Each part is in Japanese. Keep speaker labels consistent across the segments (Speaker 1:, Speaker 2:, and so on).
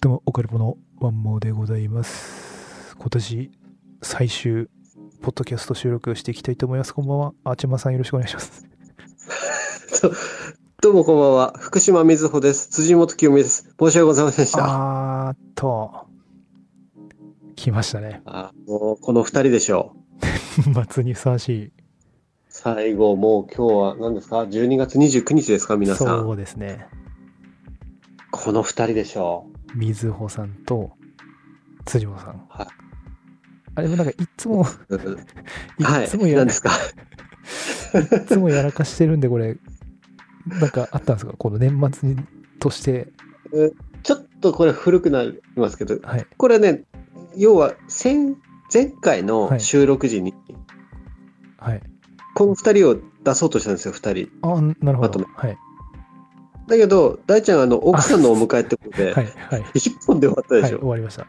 Speaker 1: どうも、オカルポのワンモーでございます。今年最終、ポッドキャスト収録していきたいと思います。こんばんは。あちまさんよろしくお願いします。
Speaker 2: どうもこんばんは。福島みずほです。辻元清美です。申し訳ございませんでした。あ
Speaker 1: あーっと、来ましたね。
Speaker 2: あもうこの二人でしょう。
Speaker 1: 末にふさわし
Speaker 2: 最後、もう今日は何ですか ?12 月29日ですか
Speaker 1: い。
Speaker 2: 皆さ
Speaker 1: そ
Speaker 2: ん。
Speaker 1: うですね。
Speaker 2: この二人でしょう。
Speaker 1: みずほさんと辻本さん。
Speaker 2: はい
Speaker 1: あれもなんかいつも、
Speaker 2: うん
Speaker 1: い
Speaker 2: はい
Speaker 1: つも。や,、
Speaker 2: 何
Speaker 1: い
Speaker 2: ですか
Speaker 1: つもやらかしてるんで、これ、なんかあったんですかこの年末にとして、
Speaker 2: ちょっとこれ古くなりますけど、
Speaker 1: はい。
Speaker 2: これね、要は先前回
Speaker 1: は
Speaker 2: の
Speaker 1: い
Speaker 2: 収録時に、
Speaker 1: はい。
Speaker 2: この二人を出そうとしたんですよ、二人。
Speaker 1: ああ、なるほ
Speaker 2: まと
Speaker 1: ど
Speaker 2: め。
Speaker 1: はい。
Speaker 2: だけど、大ちゃん、あの、奥さんのお迎えってことで
Speaker 1: は、い。はい。
Speaker 2: 一本で終わったで
Speaker 1: はい、
Speaker 2: しょ。
Speaker 1: 終わりました。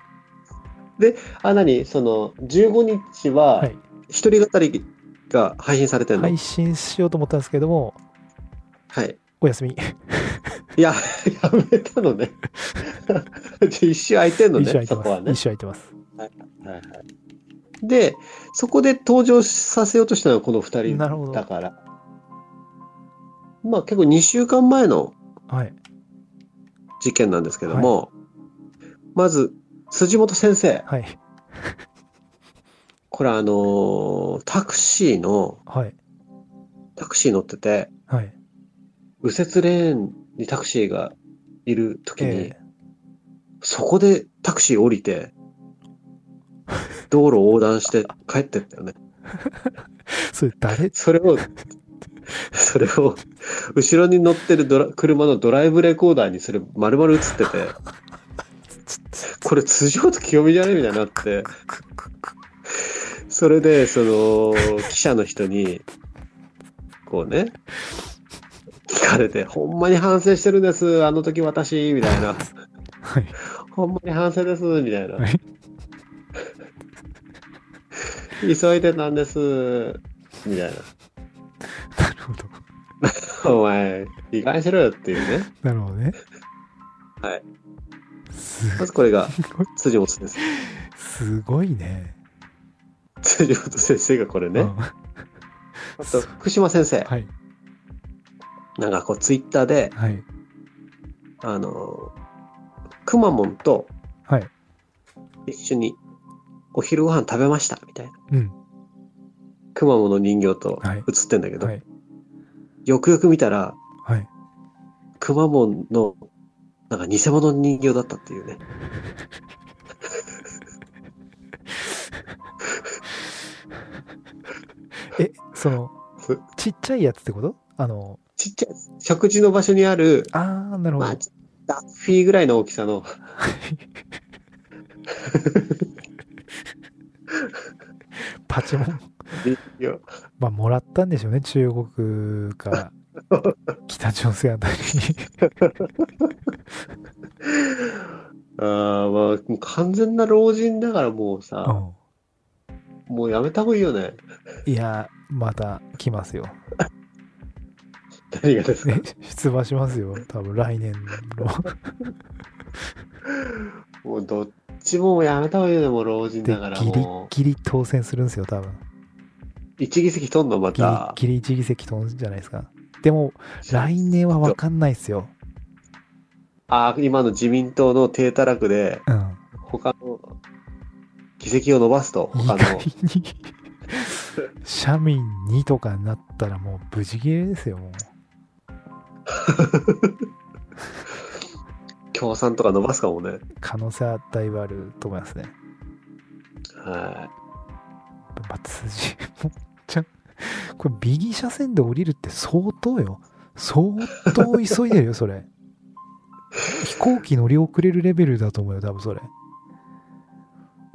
Speaker 2: あ、なに、その、15日は
Speaker 1: は、い。
Speaker 2: 一人語りが配信されてるの、は
Speaker 1: 配
Speaker 2: い、
Speaker 1: 信しようと思ったんですけども、お休み。
Speaker 2: いや、やめたのね。 じゃあ一周空いてんの
Speaker 1: 一緒空
Speaker 2: ね、
Speaker 1: いて
Speaker 2: そ
Speaker 1: ます。
Speaker 2: こはね
Speaker 1: 一。緒空いてます。
Speaker 2: はいはいで、そこで登場させようとしたのはこの二
Speaker 1: なるほ
Speaker 2: 人
Speaker 1: ど
Speaker 2: だから。まあ結構2週間前の
Speaker 1: はい。
Speaker 2: 事件なんですけども、まず、辻元先生。
Speaker 1: はい。
Speaker 2: これあのータクシーの、
Speaker 1: はい。
Speaker 2: タクシー乗ってて、
Speaker 1: はい。
Speaker 2: 右折レーンにタクシーがいる時に、
Speaker 1: え
Speaker 2: そこでタクシー降りて、道路を横断して帰ってったよね。
Speaker 1: えそれ誰
Speaker 2: それを、それを、後ろに乗ってるドラ車のドライブレコーダーにそれ丸々映ってて、これ辻元清美じゃねみたいになって、それで、その、記者の人に、こうね、聞かれて、ほんまに反省してるんです、あの時私、みたいな。
Speaker 1: はい。
Speaker 2: ほんまに反省です、みたい な
Speaker 1: はい。
Speaker 2: 急いでたんです、みたい
Speaker 1: なるほど。
Speaker 2: な。お前、意外にしろよっていうね。
Speaker 1: なるほどね。
Speaker 2: はい。
Speaker 1: す
Speaker 2: まずこ れが
Speaker 1: ごい、
Speaker 2: 辻本先生。
Speaker 1: すごいね。
Speaker 2: 辻本先生がこれね。
Speaker 1: うんは
Speaker 2: あと、福島先生。
Speaker 1: い。
Speaker 2: なんかこう、ツイッターで、
Speaker 1: はい。
Speaker 2: あのー、くまモンと
Speaker 1: はい。
Speaker 2: 一緒にお昼ご飯食べました、みたいな。
Speaker 1: うん。
Speaker 2: くまモンの人形と
Speaker 1: はい
Speaker 2: 写ってんだけど、
Speaker 1: はい。
Speaker 2: よくよく見たら、
Speaker 1: はい。
Speaker 2: くまモンの、なんか偽物の人形だったっていうね。
Speaker 1: え、その、ちっちゃいやつってことあの、
Speaker 2: ちっちゃい、食事の場所にある、
Speaker 1: あー、なるほど。
Speaker 2: ま
Speaker 1: は
Speaker 2: あ
Speaker 1: い、
Speaker 2: ダッフィーぐらいの大きさの、
Speaker 1: パチモン。
Speaker 2: 人形
Speaker 1: まあ、もらったんでしょうね、中国 か北朝鮮あたり
Speaker 2: ああ、まあ、もう完全な老人だからもうさ、
Speaker 1: に。
Speaker 2: もうやめた方がいいよね。
Speaker 1: うん、いや、また来ますよ。
Speaker 2: 何がですか
Speaker 1: ね、出馬しますよ、多分来年の。
Speaker 2: もうどっちもやめた方がいいよね、もう老人
Speaker 1: で
Speaker 2: だから。
Speaker 1: ギリ
Speaker 2: も
Speaker 1: ギリ当選するんですよ、多分
Speaker 2: う、一議席取んの、ま
Speaker 1: ギリ
Speaker 2: た。
Speaker 1: ギリ一議席飛んじゃないですか。でも、来年は分かんないですよ。
Speaker 2: ああ、今の自民党の低たらくで、
Speaker 1: うん。
Speaker 2: 他の議席を伸ばすと、
Speaker 1: 意
Speaker 2: 他
Speaker 1: 外
Speaker 2: の。
Speaker 1: に社民2とかになったらもう無事切れですよ、もう。
Speaker 2: 共産とか伸ばすかもね。
Speaker 1: 可能性はだいぶあると思いますね。
Speaker 2: は
Speaker 1: まあ、辻もちゃん、これ右車線で降りるって相当よ。相当急いでるよ、そ れ。飛行機乗り遅れるレベルだと思うよ、多分それ。
Speaker 2: い。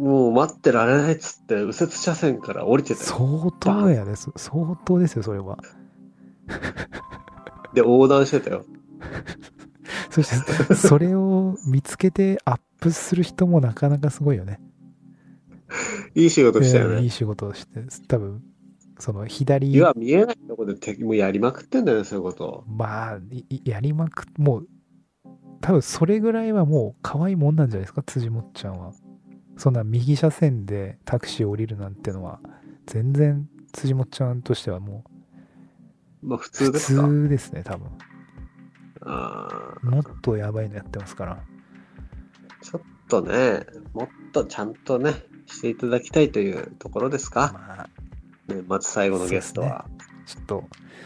Speaker 2: もう待ってられないっつって、右折車線から降りてたよ。
Speaker 1: 相当やです。相当ですよ、それは。
Speaker 2: で、横断してたよ。
Speaker 1: そして、 それを見つけてアップする人もなかなかすごいよね。
Speaker 2: いい仕事したよ
Speaker 1: えーい
Speaker 2: ね
Speaker 1: い。仕事をして、多分その左
Speaker 2: いや、見えないとこで敵もやりまくってんだよね、そういうこと。
Speaker 1: まあ、いいやりまく、もう、多分それぐらいはもう可愛いもんなんじゃないですか辻もっちゃんはそんな右車線でタクシー降りるなんてのは全然辻もっちゃんとしてはも
Speaker 2: まあ普
Speaker 1: う
Speaker 2: 通
Speaker 1: 普
Speaker 2: ですか。
Speaker 1: 通ですね多分
Speaker 2: ああ、
Speaker 1: もっとやばいのやってますから
Speaker 2: ちょっとね、もっとちゃんとね、していただきたいというところですか。
Speaker 1: まあ
Speaker 2: ねまず最後のゲストは。
Speaker 1: ちょっと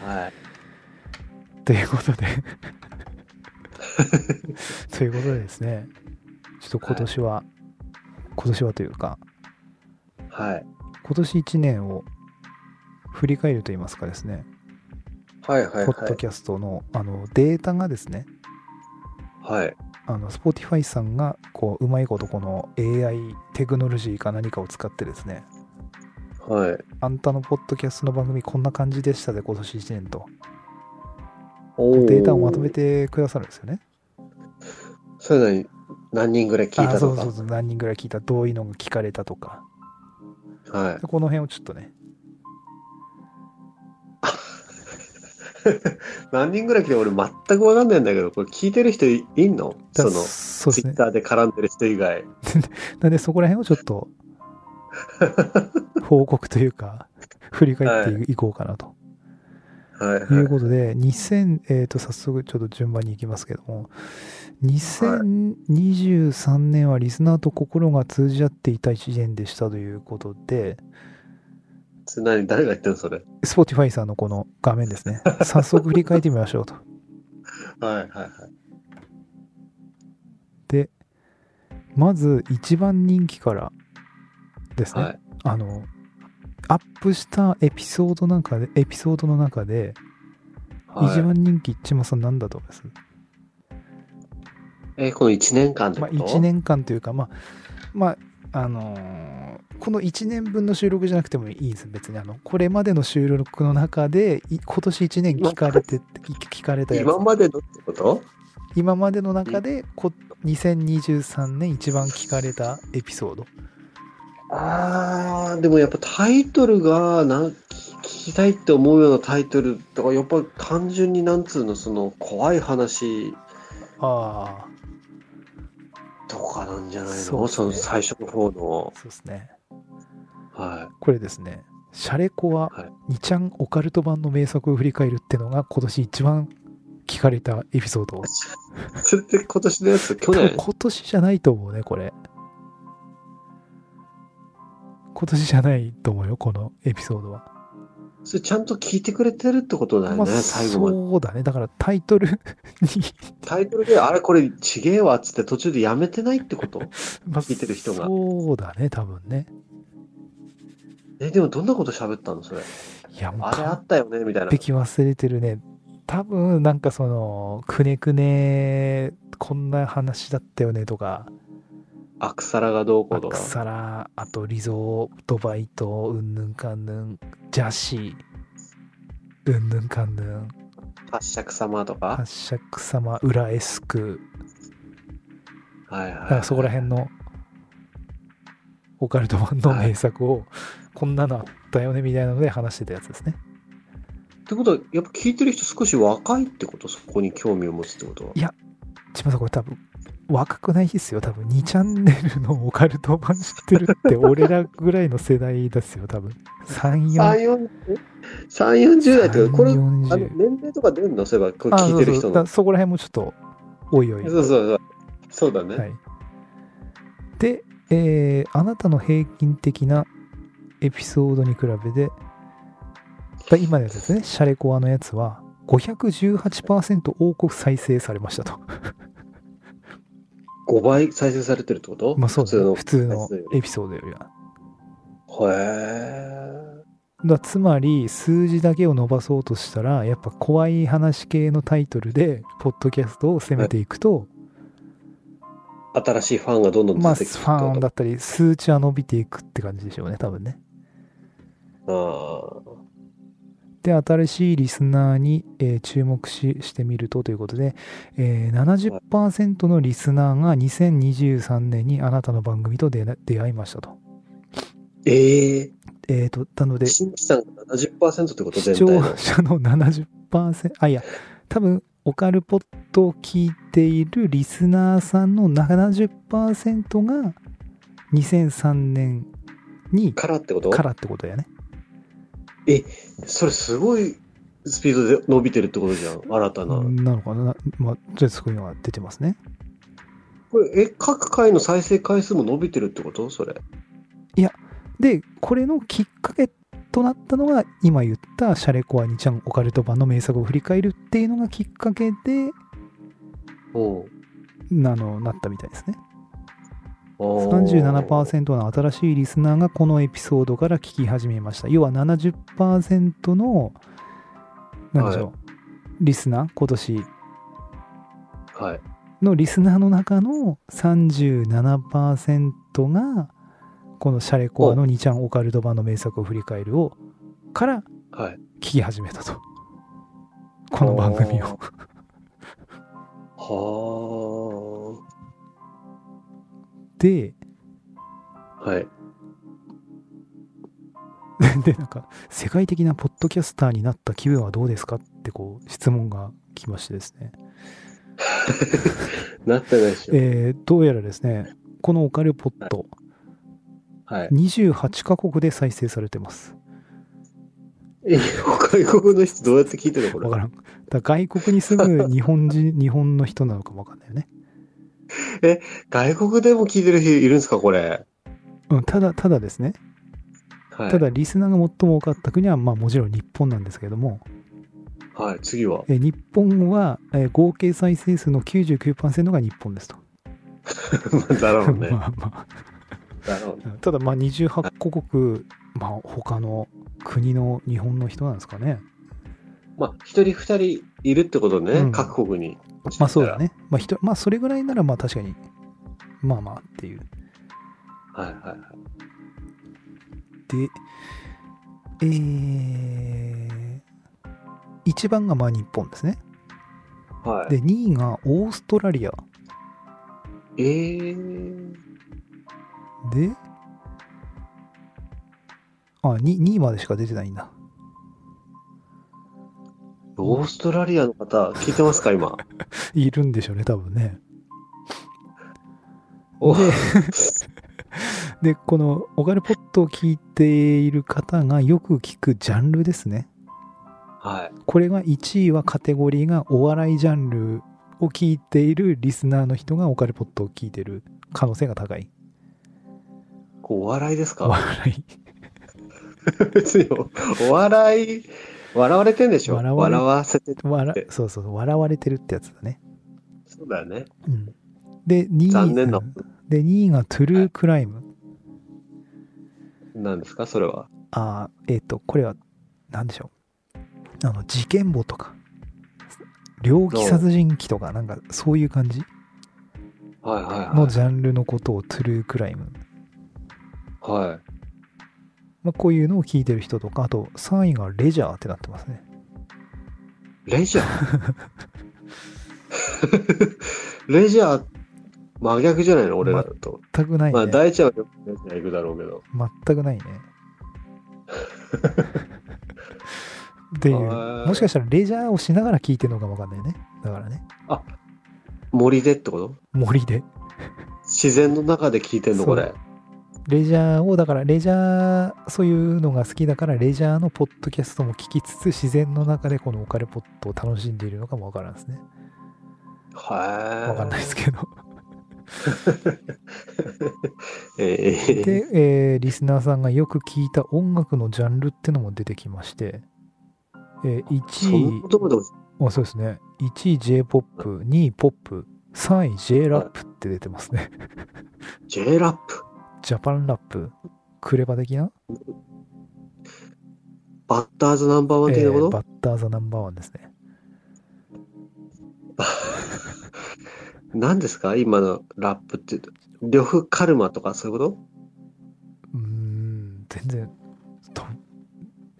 Speaker 2: はい。
Speaker 1: ということ でということでですねちょっと今年は、今年はというか
Speaker 2: はい。
Speaker 1: 今年1年を振り返ると言いますかですね、
Speaker 2: はいはい
Speaker 1: ポッド
Speaker 2: は
Speaker 1: キャストのあのデータがですね
Speaker 2: い。はい。
Speaker 1: あの Spotify さんがこううまいことこの AI テクノロジーか何かを使ってですね
Speaker 2: はい。
Speaker 1: あんたのポッドキャストの番組こんな感じでしたで今年1年と
Speaker 2: おー
Speaker 1: データをまとめ。てくださるんですよね
Speaker 2: それなに何人ぐらい聞い
Speaker 1: あ
Speaker 2: た
Speaker 1: そ
Speaker 2: と
Speaker 1: う
Speaker 2: か。
Speaker 1: そうそう何人ぐらい聞いたどういうのが聞かれたとか
Speaker 2: はい
Speaker 1: で。この辺をちょっとね
Speaker 2: 何人ぐらい来て俺全く分かんないんだけど、これ聞いてる人いいんの
Speaker 1: だ
Speaker 2: その、
Speaker 1: そうで
Speaker 2: ツイ
Speaker 1: すね
Speaker 2: ッターで絡んでる人以外。
Speaker 1: なんでそこら辺をちょっと報告という か振り返ってい,、こうかなと
Speaker 2: はい
Speaker 1: い
Speaker 2: は
Speaker 1: う
Speaker 2: い。
Speaker 1: ことで2000えっ、と早速ちょっと順番に行きますけども2023年はリスナーと心が通じ合っていた一年でしたということで
Speaker 2: それ何誰が言ってんのそれ。
Speaker 1: Spotify さんのこの画面です ね早速振り返ってみましょうと
Speaker 2: はいはいはい。
Speaker 1: でまず一番人気からですね、
Speaker 2: はい。
Speaker 1: あのアップしたエピソードなんかでエピソードの中で
Speaker 2: はい
Speaker 1: 一番人気一番さんなんだと思います、
Speaker 2: え、この1年間って
Speaker 1: ま
Speaker 2: こ
Speaker 1: あ、
Speaker 2: と、
Speaker 1: 1年間というかまあまああのーこの1年分の収録じゃなくてもいいです別にあのこれまでの収録の中でい今年1年聞かれて聞かれたやつ
Speaker 2: 今までのってこと
Speaker 1: 今までの中でこ2023年一番聞かれたエピソード
Speaker 2: あー、でもやっぱタイトルがな聞聞きたいって思うようなタイトルとか、やっぱ単純になんつうの、その怖い話
Speaker 1: あ
Speaker 2: とかなんじゃないの
Speaker 1: そう
Speaker 2: そ,、
Speaker 1: ですね
Speaker 2: の最初の方の
Speaker 1: あ。そうですね
Speaker 2: は
Speaker 1: これですねシャレコは
Speaker 2: はい
Speaker 1: 2ちゃんオカルト版の名作を振り返るってのが今年一番聞かれたエピソード
Speaker 2: い。それって今年のやつ、
Speaker 1: 多
Speaker 2: 去
Speaker 1: 分
Speaker 2: 年
Speaker 1: 今年じゃないと思うねこれ今年じゃないと思うよこのエピソードは、
Speaker 2: それちゃんと聞いてくれてるってことだよね、
Speaker 1: まあ
Speaker 2: 最後まで。
Speaker 1: そうだねだからタイトルに
Speaker 2: タイトルで、あれこれちげえわっつって途中でやめてないってこと
Speaker 1: まあ
Speaker 2: 聞いてる人が
Speaker 1: そうだね多分ね
Speaker 2: え、でもどんなこと喋ったのそれ。
Speaker 1: いやもう
Speaker 2: あれあ
Speaker 1: 完
Speaker 2: ったよねみたいな。
Speaker 1: 璧忘れてるね多分なんかそのくねくねこんな話だったよねとか
Speaker 2: アクサラがどうこ
Speaker 1: ア
Speaker 2: うと
Speaker 1: ク
Speaker 2: か。
Speaker 1: サラあとリゾードバイトうんぬんかんぬんジャシーうんぬんかんぬん
Speaker 2: 八尺様とか。
Speaker 1: 発釈様裏エスク
Speaker 2: はい
Speaker 1: なん
Speaker 2: は
Speaker 1: かそこら辺のオカルト版の名作をこんなのあったよねみたいなので話してたやつですね。
Speaker 2: い。ってことは、やっぱ聞いてる人少し若いってことそこに興味を持つってことはい
Speaker 1: や千葉さんこれ多分若くないですよ多分2チャンネルのオカルト版知ってるって俺らぐらいの世代ですよ多分34
Speaker 2: 3、40? 3、40代ってことこれ、あの
Speaker 1: 40
Speaker 2: 年齢とか出んのそういえば、これ
Speaker 1: あ
Speaker 2: 聞いてる人
Speaker 1: そうそう
Speaker 2: の。
Speaker 1: だそこら辺もちょっとおいおい
Speaker 2: そうそうそう。そうだね。
Speaker 1: はい、で、えーあなたの平均的なエピソードに比べてだ今のやつですねシャレコアのやつは518%多く再生されましたと、
Speaker 2: 5倍再生されてるってこと
Speaker 1: まあそうですね、普
Speaker 2: 普
Speaker 1: 通
Speaker 2: 通
Speaker 1: の
Speaker 2: の。
Speaker 1: エピソードよりはだか
Speaker 2: へえ。
Speaker 1: らつまり数字だけを伸ばそうとしたらやっぱ怖い話系のタイトルでポッドキャストを攻めていくと、
Speaker 2: 新しいファンがどんどん
Speaker 1: まあ
Speaker 2: 出
Speaker 1: フ
Speaker 2: てきてるってこと
Speaker 1: ァンだったり数値は伸びていくって感じでしょうね多分ね
Speaker 2: あ
Speaker 1: で新しいリスナーに、えー注目ししてみるとということで、えー70%のリスナーが2023年にあなたの番組と出な出会いましたと。
Speaker 2: ーええ
Speaker 1: えー、となので視
Speaker 2: 新規さんが70%ってこと全体
Speaker 1: 聴
Speaker 2: の。
Speaker 1: 者の70%あいや多分オカルポッドを聞いているリスナーさんの70%が2003年に
Speaker 2: からってこと
Speaker 1: からってことやね。
Speaker 2: それすごいスピードで伸びてるってことじゃん。新たな。
Speaker 1: なのかな、まあ、とりあえずそういうのが出てますね。
Speaker 2: これ、え、各回の再生回数も伸びてるってことそれ。
Speaker 1: で、これのきっかけとなったのが、今言ったシャレコアニちゃんオカルト版の名作を振り返るっていうのがきっかけで、
Speaker 2: おうん。
Speaker 1: なのなったみたいですね。
Speaker 2: あー
Speaker 1: 37%の新しいリスナーがこのエピソードから聞き始めました。要は70%の、なんでしょう、リスナー、今年
Speaker 2: はい。
Speaker 1: のリスナーの中の37%が、このシャレコアの2ちゃんオカルト版の名作を振り返るを、から
Speaker 2: はい。
Speaker 1: 聞き始めたと。この番組を。
Speaker 2: は
Speaker 1: で、
Speaker 2: あ。はい。
Speaker 1: で、なんか、世界的なポッドキャスターになった気分はどうですかって、こう、質問が来ましてですね。
Speaker 2: なってないでしょ。
Speaker 1: えーどうやらですね、このオカルポット、
Speaker 2: はい。
Speaker 1: 28カ国で再生されてます。
Speaker 2: え、外国の人どうやって聞いてるのこれ
Speaker 1: わ。からん。だから外国に住む日本 人、日本の人なのかもわかんないよね。
Speaker 2: 外国でも聞いてる人いるんですかこれ。
Speaker 1: うん、ただ、ただですね、
Speaker 2: はい。
Speaker 1: ただリスナーが最も多かった国は、まあもちろん日本なんですけども、
Speaker 2: はい。次は。
Speaker 1: えー日本は、えー合計再生数の99%が日本ですと。
Speaker 2: だろうね。
Speaker 1: まあま
Speaker 2: だろうね。
Speaker 1: あ、ただまあ28カ国、まあ他の国の日本の人なんですかね。
Speaker 2: まあ、一人二人いるってことね。
Speaker 1: うん
Speaker 2: 各国に。
Speaker 1: まあそうだ。ね。まあ人、まあそれぐらいならまあ確かに、まあまあっていう。
Speaker 2: はいはいはい。
Speaker 1: で、えー、1番がまあ日本ですね。
Speaker 2: はい、
Speaker 1: で、2位がオーストラリア。
Speaker 2: えー、
Speaker 1: で、あ、2, 2位までしか出てないんだ。
Speaker 2: オーストラリアの方、聞いてますか今。
Speaker 1: いるんでしょうね、多分ね。
Speaker 2: お
Speaker 1: でで、このオガルポットを聞いている方がよく聞くジャンルですね。
Speaker 2: はい。
Speaker 1: これが1位はカテゴリーがお笑いジャンルを聞いているリスナーの人がオカルポットを聞いてる可能性が高い。
Speaker 2: こうお笑いです
Speaker 1: お
Speaker 2: か
Speaker 1: 笑い。
Speaker 2: 別にお、お笑い、笑われてんでしょ
Speaker 1: 笑
Speaker 2: 笑
Speaker 1: わ
Speaker 2: わ
Speaker 1: れ
Speaker 2: せて、
Speaker 1: 笑そうそう、笑われてるってやつだね。
Speaker 2: そうだよね。
Speaker 1: うん、で、2位
Speaker 2: 残念な
Speaker 1: うんで、2位がトゥルークライム。
Speaker 2: なんですかそれは。
Speaker 1: あーえっ、と、これは、なんでしょう。あの、事件簿とか、猟奇殺人鬼とか、なんかそういう感じ
Speaker 2: はいはい
Speaker 1: の
Speaker 2: は
Speaker 1: ジャンルのことをトゥルークライム。
Speaker 2: い。はい。
Speaker 1: まあ、こういうのを聞いてる人とか、あと3位がレジャーってなってますね。
Speaker 2: レジャー レジャー、真逆じゃないの俺らと。
Speaker 1: 全くないね。
Speaker 2: まあ、大ちゃんはよくレジャー行くだろうけど。
Speaker 1: 全くないね。っていう、
Speaker 2: はい
Speaker 1: もしかしたらレジャーをしながら聞いてるのかもわかんないね。だからね、
Speaker 2: 森でってこと
Speaker 1: 森で。
Speaker 2: 自然の中で聞いてん
Speaker 1: そ
Speaker 2: の
Speaker 1: う
Speaker 2: これ。
Speaker 1: レジャーを、だからレジャー、そういうのが好きだから、レジャーのポッドキャストも聞きつつ、自然の中でこのオカルポットを楽しんでいるのかもわからんですね。わかん
Speaker 2: は
Speaker 1: ないですけど。
Speaker 2: い。えー
Speaker 1: で、えーリスナーさんがよく聞いた音楽のジャンルってのも出てきまして、えー
Speaker 2: そん
Speaker 1: 1
Speaker 2: な
Speaker 1: 位
Speaker 2: こ、とまでも
Speaker 1: あそうですね。1位 J-POP、2位 POP、3位 J-RAP って出てますね。
Speaker 2: J ラップ、
Speaker 1: ジャパンラップ、クレバ的な、
Speaker 2: バッターズナンバーワン的
Speaker 1: え
Speaker 2: なこ
Speaker 1: ー
Speaker 2: と、
Speaker 1: バッターザナンバーワンですね。
Speaker 2: 何ですか今のラップって言うと。呂布カルマとかそういうこ
Speaker 1: うーん、全然、ど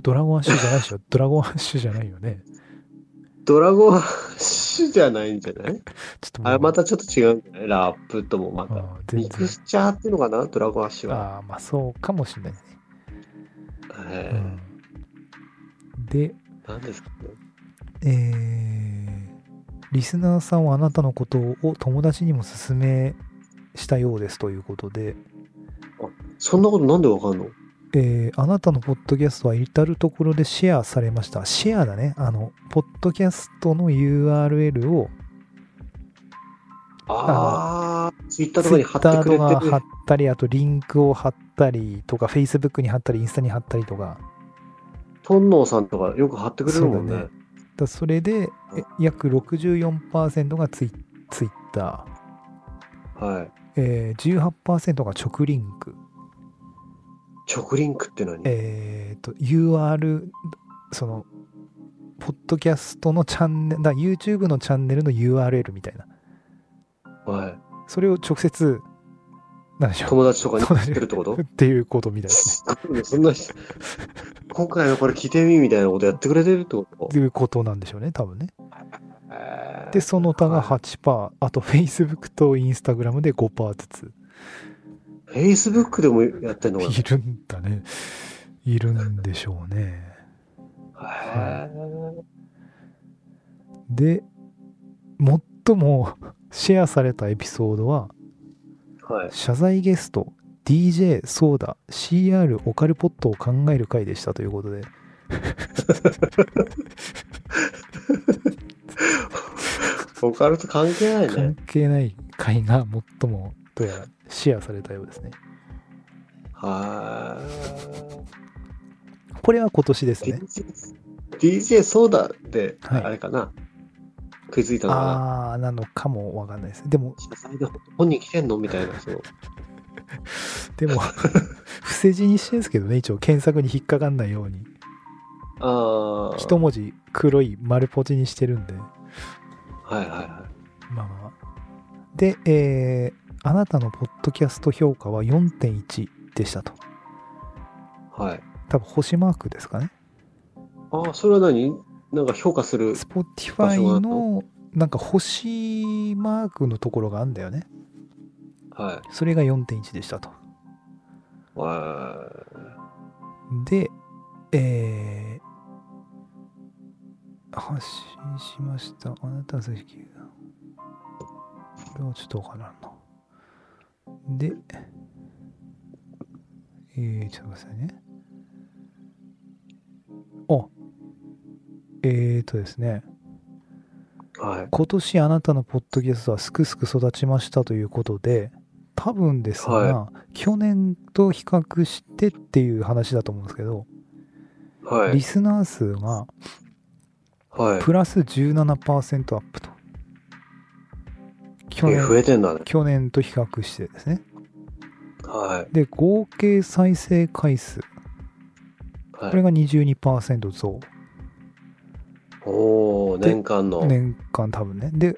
Speaker 1: ドラゴンアッシュじゃない でしょ。ドラゴンアッシュじゃないよね。
Speaker 2: とドラゴンアッシュじゃないんじゃない
Speaker 1: ちょっともう
Speaker 2: あれまたちょっと違うんじゃないラップともまた。
Speaker 1: あー全
Speaker 2: ミ
Speaker 1: 然
Speaker 2: ク。スチャーっていうのかなドラゴンアッシュは。
Speaker 1: ああ、まあそうかもしれないですね。
Speaker 2: え
Speaker 1: う
Speaker 2: ー
Speaker 1: んで、
Speaker 2: 何ですかね
Speaker 1: えーリスナーさんはあなたのことを友達にも勧めしたようですということで、
Speaker 2: そんなことなんでわかんの
Speaker 1: えーあなたのポッドキャストは至るところでシェアされました。シェアだね。あの、ポッドキャストの URL を
Speaker 2: ああ、ツイッターとかに貼って
Speaker 1: Twitter
Speaker 2: くれ
Speaker 1: とか
Speaker 2: て
Speaker 1: 貼
Speaker 2: る。
Speaker 1: ったり、あとリンクを貼ったりとか、Facebook に貼ったり、インスタに貼ったりとか、
Speaker 2: トンノーさんとかよく貼ってくれるもんね。
Speaker 1: そうだねだそれでえ約64%がツイツイッタ
Speaker 2: はい。
Speaker 1: ー、えー、18%が直リンク、
Speaker 2: 直リンクって何、
Speaker 1: えー、と UR そのポッドキャストのチャンネルだ YouTube のチャンネルの URL みたいな
Speaker 2: はい。
Speaker 1: それを直接何でしょう
Speaker 2: 友達とかに貼ってるってこと
Speaker 1: っていうことみたいな
Speaker 2: すごいねそんな人、今回のこれ聞いてみみたいなことやってくれてるってこと
Speaker 1: っていうことなんでしょうね多分ね
Speaker 2: えー
Speaker 1: でその他が
Speaker 2: はい
Speaker 1: 8%あと Facebook と Instagram で5%ずつ
Speaker 2: Facebook でもやってんのかない
Speaker 1: るんだねいるんでしょうね
Speaker 2: へ
Speaker 1: で最もシェアされたエピソードは
Speaker 2: ーはい。
Speaker 1: 謝罪ゲスト DJ ソーダ CR オカルポットを考える回でしたということで
Speaker 2: オカルト関係ないね
Speaker 1: 関。係ない回が最もどうやらシェアされたようですね
Speaker 2: は
Speaker 1: これは今年です
Speaker 2: い。
Speaker 1: ね
Speaker 2: DJ DJ ソーダで、
Speaker 1: はい
Speaker 2: あれかな、食いついたのかな
Speaker 1: ああなのかもわかんないですでも
Speaker 2: 謝罪で本人来てんのみたいな、そう。
Speaker 1: でも伏せ字にしてるんですけどね一応検索に引っかかんないように
Speaker 2: ああ。
Speaker 1: 一文字黒い丸ポチにしてるんで
Speaker 2: はいはいは
Speaker 1: まあまあまあで、えーあなたのポッドキャスト評価は4.1でしたと。
Speaker 2: い。はい。
Speaker 1: 多分星マークですかね。
Speaker 2: ああ、それは何なんか評価する。
Speaker 1: Spotify のなんか星マークのところがあんだよね。
Speaker 2: は
Speaker 1: それが4.1でしたと。
Speaker 2: い。は
Speaker 1: で、えー発信しました。あなたの正式な。これはちょっとわからんな。で、えー、ちょっと待ってくださいね。あ、えーとですね、
Speaker 2: い。はい。
Speaker 1: 今年あなたのポッドキャストはすくすく育ちましたということで、多分ですが、
Speaker 2: は
Speaker 1: 去年と比較してっていう話だと思うんですけど、
Speaker 2: は
Speaker 1: リ
Speaker 2: い。
Speaker 1: スナー数が
Speaker 2: はい。
Speaker 1: プラス17%アップと。去
Speaker 2: え増
Speaker 1: 年
Speaker 2: えてんだね。
Speaker 1: 去年と比較してですね。
Speaker 2: は
Speaker 1: で、合計再生回数、
Speaker 2: い。は
Speaker 1: これ
Speaker 2: い。
Speaker 1: が22%増、
Speaker 2: おお年間の。
Speaker 1: 年間多分ね。で、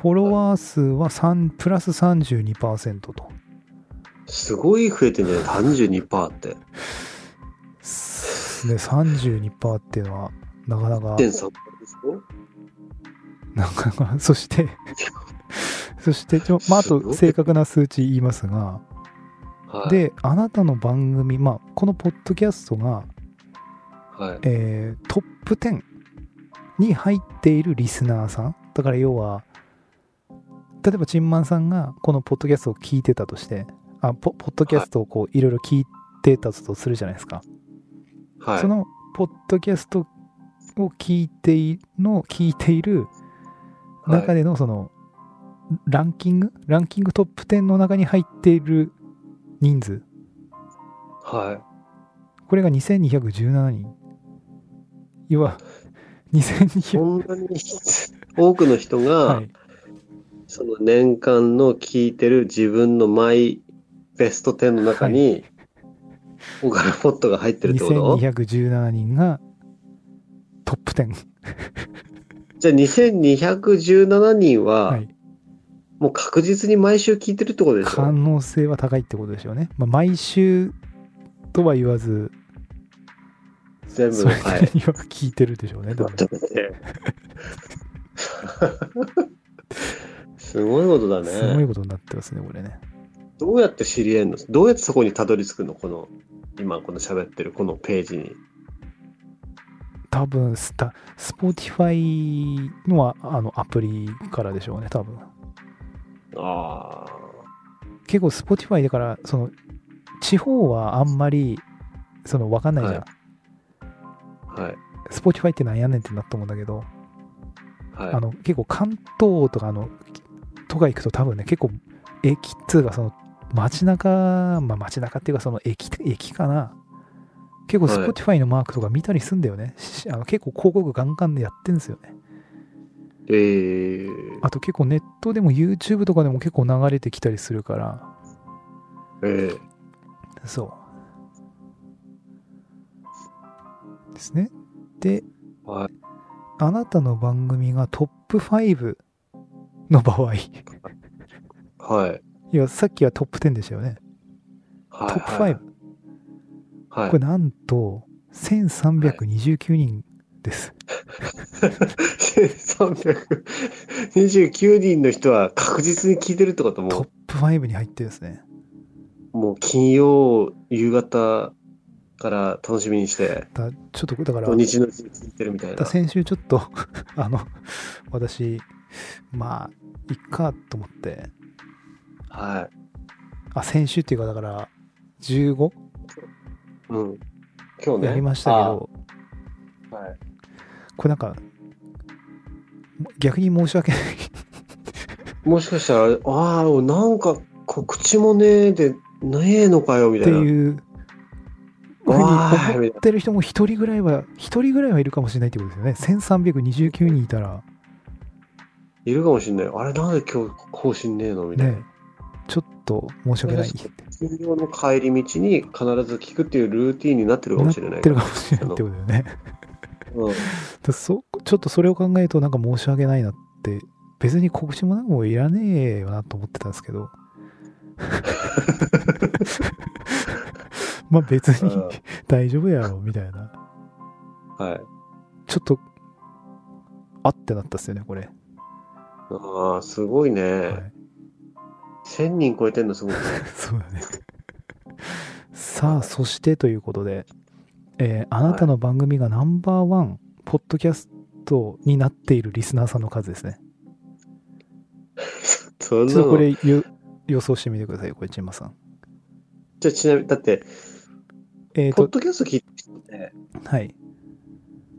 Speaker 1: フォロワー数は3プラス32%と。
Speaker 2: すごい増えてんじゃない ?32% って。
Speaker 1: すで、32%っていうのは、なかなか、
Speaker 2: 1.3%でしょ
Speaker 1: なかなか、そして、そしてちょ、まあ、あ
Speaker 2: すご
Speaker 1: と
Speaker 2: い
Speaker 1: 正確な数値言いますが、
Speaker 2: はい。、
Speaker 1: で、あなたの番組、まあ、このポッドキャストが、
Speaker 2: はい。
Speaker 1: えートップ10に入っているリスナーさんだから要は例えばチンマンさんがこのポッドキャストを聞いてたとしてあポポッドキャストをこういろいろ聞いてたとするじゃないですか、
Speaker 2: はい
Speaker 1: そ。のポッドキャストを聞いていの聞いている中でのその、ランキングランキングトップ10の中に入っている人数
Speaker 2: はい。
Speaker 1: これが2217人要は2200
Speaker 2: そんなに多くの人が、
Speaker 1: はい
Speaker 2: その年間の聞いてる自分のマイベスト10の中に、オガラポットが入ってるってこと
Speaker 1: 2217人がトップ10。
Speaker 2: じゃあ2217人は、
Speaker 1: はい、
Speaker 2: もう確実に毎週聞いてるってことでし
Speaker 1: 可
Speaker 2: ょ
Speaker 1: 能性は高いってことでしょうね。まあ、毎週とは言わず、
Speaker 2: 全部
Speaker 1: そ
Speaker 2: の
Speaker 1: れなり
Speaker 2: 回。
Speaker 1: には聞いてるでしょうね。多
Speaker 2: ちょっ
Speaker 1: 分
Speaker 2: と待ってすごいことだ
Speaker 1: すごい
Speaker 2: ね。
Speaker 1: ことになってますね、これね。
Speaker 2: どうやって知り得んのどうやってそこにたどり着くのこの、今この喋ってるこのページに。
Speaker 1: 多分スタ、スポティファイのはあのアプリからでしょうね、多分。
Speaker 2: あ
Speaker 1: 結構 Spotify だからその地方はあんまりその分かんないじゃん、
Speaker 2: はあ、はい、
Speaker 1: Spotify ってなんやねんってなと思うんだけど、
Speaker 2: はい。
Speaker 1: あの結構関東とかあのとか行くと多分ね結構駅っつうかその街中まあ街中っていうかその駅駅かな結構
Speaker 2: はい
Speaker 1: Spotify のマークとか見たりすんだよね、しあの結構広告ガンガンでやってんですよね
Speaker 2: えー、
Speaker 1: あと結構ネットでも YouTube とかでも結構流れてきたりするから
Speaker 2: えー、
Speaker 1: そう。ですね。で、
Speaker 2: はい
Speaker 1: あなたの番組がトップ5の場合、い
Speaker 2: はい。
Speaker 1: や、さっきはトップ10でしたよね。
Speaker 2: ト
Speaker 1: トップ5。
Speaker 2: はい。
Speaker 1: これなんと、1329人です。
Speaker 2: 329人の人は確実に聞いてるってこと
Speaker 1: ト
Speaker 2: も
Speaker 1: ップ5に入ってるんですね。
Speaker 2: う、もう金曜夕方から楽しみにして、
Speaker 1: だちょっと、だから、
Speaker 2: 土日のうちに聞いてるみたい
Speaker 1: だ
Speaker 2: な。
Speaker 1: 先週ちょっと あの私まあいっかと思って
Speaker 2: は
Speaker 1: あ先週っていうかだから15
Speaker 2: い。うん。今日ね。
Speaker 1: やりましたけど、
Speaker 2: あ。はい。
Speaker 1: これなんか、逆に申し訳ない。
Speaker 2: もしかしたら、ああ、なんか告知もねえで、ねえのかよ、み
Speaker 1: ったて
Speaker 2: いな。
Speaker 1: いうふうに
Speaker 2: わー
Speaker 1: 思ってる人も一人ぐらいは、一人ぐらいはいるかもしれないってことですよね。1329人いたら、
Speaker 2: いるかもしんない。あれ、なんで今日更新ねえのみたいな。
Speaker 1: ね、ちょっと申し訳ない。
Speaker 2: 金曜の帰り道に必ず聞くっていうルーティンになってるか
Speaker 1: な
Speaker 2: も
Speaker 1: っ
Speaker 2: しれない
Speaker 1: てるかもしれないってことだよね。
Speaker 2: うん
Speaker 1: だそちょっとそれを考えると、なんか申し訳ないなって、別に告知もなんかもういらねえよなと思ってたんですけ ど。 まあ別に
Speaker 2: うん
Speaker 1: 大丈夫やろみたいな。
Speaker 2: はい。
Speaker 1: ちょっと、あってなったっすよね、これ。
Speaker 2: ああ、すごい
Speaker 1: は
Speaker 2: ね。
Speaker 1: い、
Speaker 2: 1000人超えてんのすごい。
Speaker 1: そうだね。さあ、そしてということで、えーあなたの番組がナンバーワン、ポッドキャストになっているリスナーさんの数ですね。
Speaker 2: そん
Speaker 1: ち
Speaker 2: な
Speaker 1: ょっとこ
Speaker 2: の。
Speaker 1: れよ予想してみてくださいよ、これ、チンマさん。
Speaker 2: じゃあちなみに、だって、
Speaker 1: えっ、
Speaker 2: ポッ
Speaker 1: と、
Speaker 2: ドキャスト聞いてる人って、
Speaker 1: はい。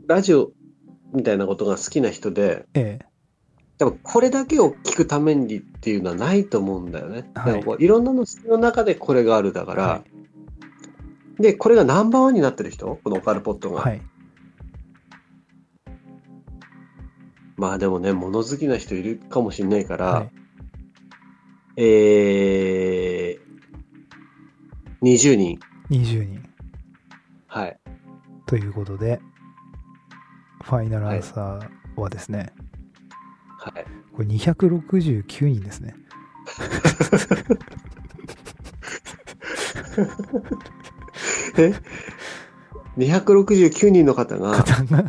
Speaker 2: ラジオみたいなことが好きな人で、
Speaker 1: え
Speaker 2: 多分これだけを聞くためにっていうのはないと思うんだよね。
Speaker 1: はい
Speaker 2: なんかこういろんなのの中でこれがあるだか
Speaker 1: ー
Speaker 2: ら、で、これがナンバーワンになってる人このオカルポットが。
Speaker 1: はい。
Speaker 2: まあでもね、物好きな人いるかもしれないから、
Speaker 1: はい。
Speaker 2: えー、20人。
Speaker 1: 20人
Speaker 2: はい。
Speaker 1: ということで、ファイナルアンサーはですね、
Speaker 2: はい。
Speaker 1: これ269人ですね。
Speaker 2: え269人の方が、
Speaker 1: 方が、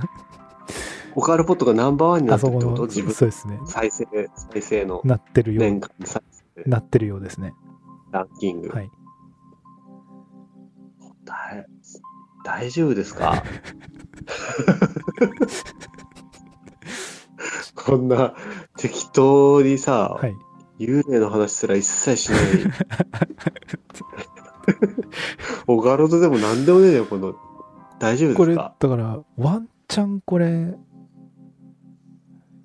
Speaker 2: オカルポットがナンバーワンにな
Speaker 1: あ
Speaker 2: って
Speaker 1: そ
Speaker 2: るっ
Speaker 1: こ
Speaker 2: てこと
Speaker 1: の、
Speaker 2: 自
Speaker 1: そう
Speaker 2: 分
Speaker 1: ですね。
Speaker 2: 再生、再生の
Speaker 1: なってるよう
Speaker 2: 年間再生
Speaker 1: なってるようですね。
Speaker 2: ランキング。
Speaker 1: はい。
Speaker 2: だい大丈夫で すかこんな適当にさ、
Speaker 1: はい。
Speaker 2: 幽霊の話すら一切 しない。オガロドでも何でもねえよ、この。大丈夫
Speaker 1: こ
Speaker 2: で
Speaker 1: れ、
Speaker 2: す
Speaker 1: だ
Speaker 2: か
Speaker 1: から、ワンチャンこれ、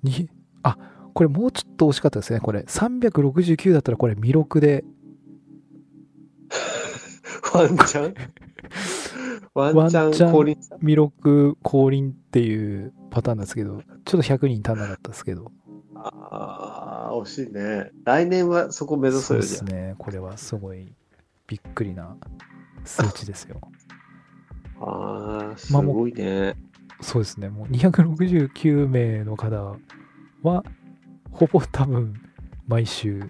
Speaker 1: に、あ、これもうちょっと惜しかったですね。これ、369だったらこれ、未録で、
Speaker 2: ワンチャンワンチ
Speaker 1: ワンチャ
Speaker 2: ャ
Speaker 1: ン
Speaker 2: ン降臨した
Speaker 1: 未録降臨っていうパターンなんですけど、ちょっと100人足んなかったですけど、
Speaker 2: ああ、惜しいね。来年はそこ目指そ
Speaker 1: そう
Speaker 2: う
Speaker 1: で
Speaker 2: よ、じゃ
Speaker 1: すね。これはすごい、びっくりな数値ですよ。
Speaker 2: あ。ああ、す
Speaker 1: まあもう
Speaker 2: ごいね。
Speaker 1: そうですね、もう269名の方は、ほぼ多分、毎週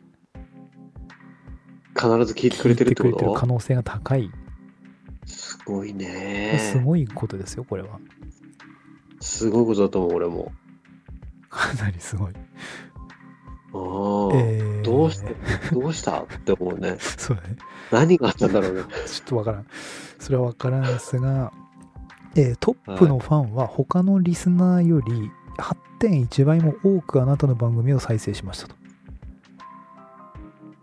Speaker 2: 必ず聞いてく
Speaker 1: 聞
Speaker 2: れ
Speaker 1: い
Speaker 2: てるってて
Speaker 1: くれ
Speaker 2: こ
Speaker 1: てる可
Speaker 2: と
Speaker 1: 能性が高い。
Speaker 2: すごい
Speaker 1: す
Speaker 2: ね。
Speaker 1: ごいことですよ、これは。
Speaker 2: すごいことだと思う、俺も。
Speaker 1: かなりすごい。
Speaker 2: ああ、
Speaker 1: えー
Speaker 2: どうして、どうしたって思うね。
Speaker 1: そうだね。
Speaker 2: 何があったんだろうね。
Speaker 1: ちょっとわからん。それはわからんですが、えートップのファンは他のリスナーより8.1倍も多くあなたの番組を再生しましたと。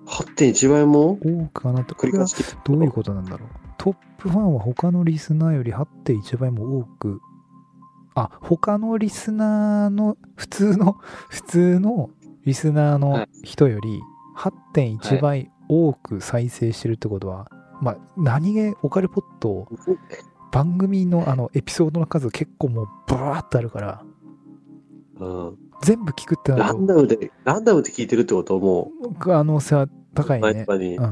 Speaker 2: 8.1倍も
Speaker 1: 多くあなた、こ
Speaker 2: 繰り
Speaker 1: れは
Speaker 2: 返し聞
Speaker 1: どういうことなんだろう。トップファンは他のリスナーより8.1倍も多く、あ、他のリスナーの、普通の、 普通のリスナーの人より8.1倍多く再生してるってことは、まあ、何気オカルポットを番組のあのエピソードの数結構もうブワーってあるから
Speaker 2: うん、
Speaker 1: 全部聞くってな
Speaker 2: ラ
Speaker 1: る
Speaker 2: ンダムで、ランダムで聞いてるってことも、
Speaker 1: と可能性は高いう
Speaker 2: 前
Speaker 1: ね
Speaker 2: と、かに
Speaker 1: う。ん、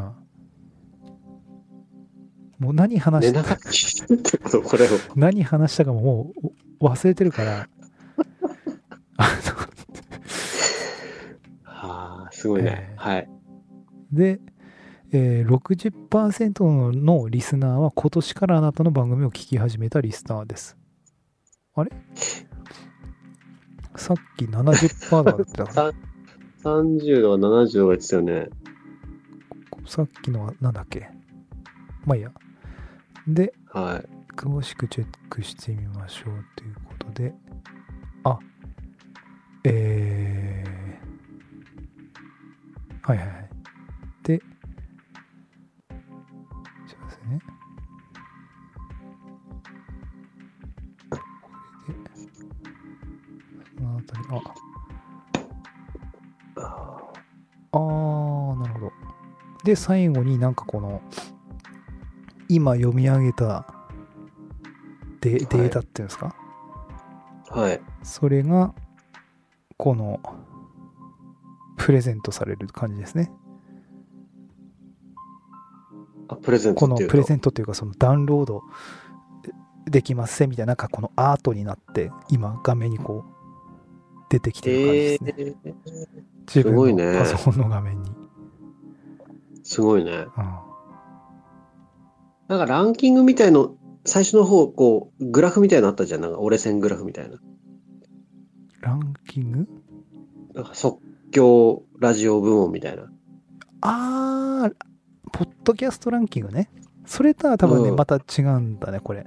Speaker 1: もう何話
Speaker 2: 寝
Speaker 1: し
Speaker 2: ながら
Speaker 1: た
Speaker 2: 聞いてるってことこれを。
Speaker 1: 何話したかももう忘れてるから あ
Speaker 2: はあ、すごいね
Speaker 1: え。ー
Speaker 2: はい。
Speaker 1: ので、えー、60%のリスナーは今年からあなたの番組を聞き始めたリスナーですあれさっき70%だったから
Speaker 2: さん30度は70度が言ってたよね。
Speaker 1: さっきのはなんだっけまあいいや。で、
Speaker 2: はい。
Speaker 1: 詳しくチェックしてみましょうということで、あ、えー、はいはいはい。で、すいませんね。これで、そのあたり、あ、あー、なるほど。で、最後になんかこの、今読み上げたデデータっていうんですか、
Speaker 2: はい。
Speaker 1: それが、この、プレゼントされる感じですね。
Speaker 2: あ、プレゼント
Speaker 1: こ
Speaker 2: っ
Speaker 1: の
Speaker 2: ていう
Speaker 1: プレゼ
Speaker 2: ン
Speaker 1: ントというか、そのダウンロードできますせみたいな、なんかこのアートになって、今画面にこう、出てきてる感じ
Speaker 2: え
Speaker 1: ですね。
Speaker 2: ー、
Speaker 1: 自
Speaker 2: すごい
Speaker 1: 分
Speaker 2: ね
Speaker 1: のパソコンの画面に。
Speaker 2: すごいね。
Speaker 1: うん
Speaker 2: なんかランキングみたいの、最初の方、こう、グラフみたいなのあったじゃん。なんか折れ線グラフみたいな。
Speaker 1: ランキング
Speaker 2: なんか即興ラジオ部門みたいな。
Speaker 1: あー、ポッドキャストランキングね。それとは多分ね、
Speaker 2: うん
Speaker 1: また違うんだね、これ。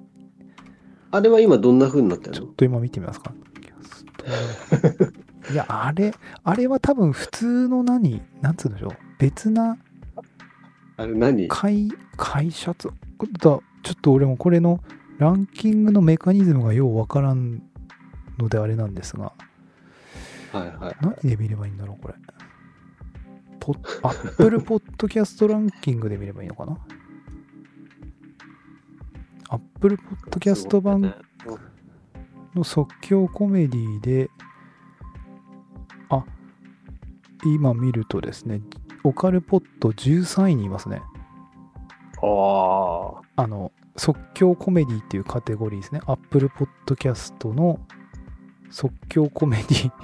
Speaker 2: あれは今どんな風になって
Speaker 1: ち
Speaker 2: る
Speaker 1: ょ
Speaker 2: の
Speaker 1: っと今見てみますか。いや、あれ、あれは多分普通の何、なんつうんでしょう。別な
Speaker 2: あれ何
Speaker 1: 会、会社つ、だちょっと俺もこれのランキングのメカニズムがようわからんのであれなんですが、
Speaker 2: はいはい。
Speaker 1: 何で見ればいいんだろう、これ。ポッアップルポッドキャストランキングで見ればいいのかなアップルポッドキャスト版
Speaker 2: すごいね
Speaker 1: の即興コメディで、あ、今見るとですね、オカルポット13位にいますね。
Speaker 2: ああ。
Speaker 1: あの、即興コメディっていうカテゴリーですね。アップルポッドキャストの即興コメディ
Speaker 2: だっ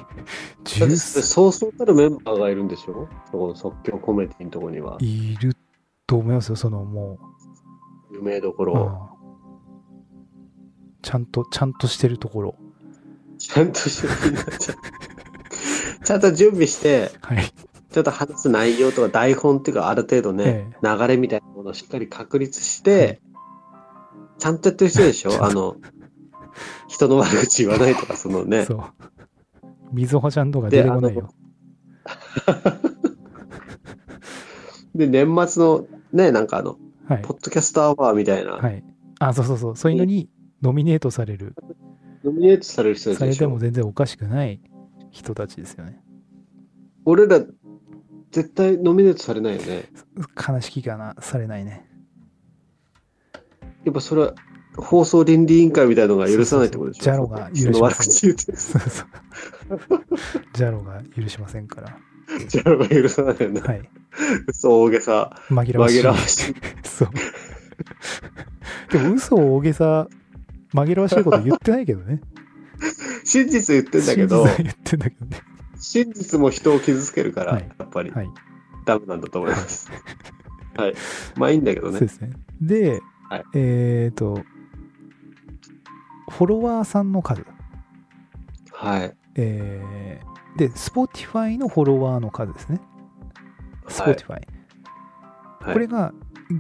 Speaker 2: てそれ
Speaker 1: 13
Speaker 2: そうそうたるメンバーがいるんでしょそこの即興コメディのとこには。
Speaker 1: いると思いますよ、そのも
Speaker 2: 有名どこ
Speaker 1: う。
Speaker 2: ろ。
Speaker 1: うんちゃんと、ちゃんとしてるところ。
Speaker 2: ちゃんと準備になっちゃう。ちゃんと準備して、
Speaker 1: はい。
Speaker 2: ちょっと話す内容とか台本っていうか、ある程度ね、
Speaker 1: ええ
Speaker 2: 流れみたいなものをしっかり確立して、ちゃんとやってる人でし ょあの、人の悪口言わないとか、そのね。
Speaker 1: そう。 みずほちゃんとか出てこない
Speaker 2: であ
Speaker 1: よ。
Speaker 2: で、年末のね、なんかあの、
Speaker 1: はい
Speaker 2: ポ。ッドキャストアワーみたいな、
Speaker 1: はい。あ、そうそうそう。そういうのにノミネートされる、
Speaker 2: ノミネートされる人
Speaker 1: さ
Speaker 2: たちで
Speaker 1: れ
Speaker 2: してょ
Speaker 1: も全然おかしくない人たちですよね。
Speaker 2: 俺ら、絶対ノミネートされないよね。
Speaker 1: 悲しきかな、されないね。
Speaker 2: やっぱそれは、放送倫理委員会みたいなのが許さないってことでしょ
Speaker 1: そうそうそうジャロが許
Speaker 2: 人
Speaker 1: し
Speaker 2: の
Speaker 1: ま
Speaker 2: 悪
Speaker 1: せん
Speaker 2: 口言ってる
Speaker 1: そうそう。ジャロが許しませんから。
Speaker 2: ジャロが許さないよね。
Speaker 1: はい。
Speaker 2: そう、大げさ。
Speaker 1: 紛らわしい。
Speaker 2: 紛らわしい。
Speaker 1: そう。でも嘘を大げさ、紛らわしいこと言ってないけどね。
Speaker 2: 真実言ってんだけど
Speaker 1: 真実、は言ってんだけどね。
Speaker 2: 真実も人を傷つけるから、
Speaker 1: はい
Speaker 2: やっぱり
Speaker 1: はい。
Speaker 2: ダメなんだと思います。はい。まあいいんだけど
Speaker 1: そう
Speaker 2: ね
Speaker 1: で。すね。で、
Speaker 2: はい
Speaker 1: えっ、と、フォロワーさんの数。
Speaker 2: はい。
Speaker 1: えーで、Spotify のフォロワーの数ですね。
Speaker 2: はい。
Speaker 1: Spotify。
Speaker 2: はい
Speaker 1: これが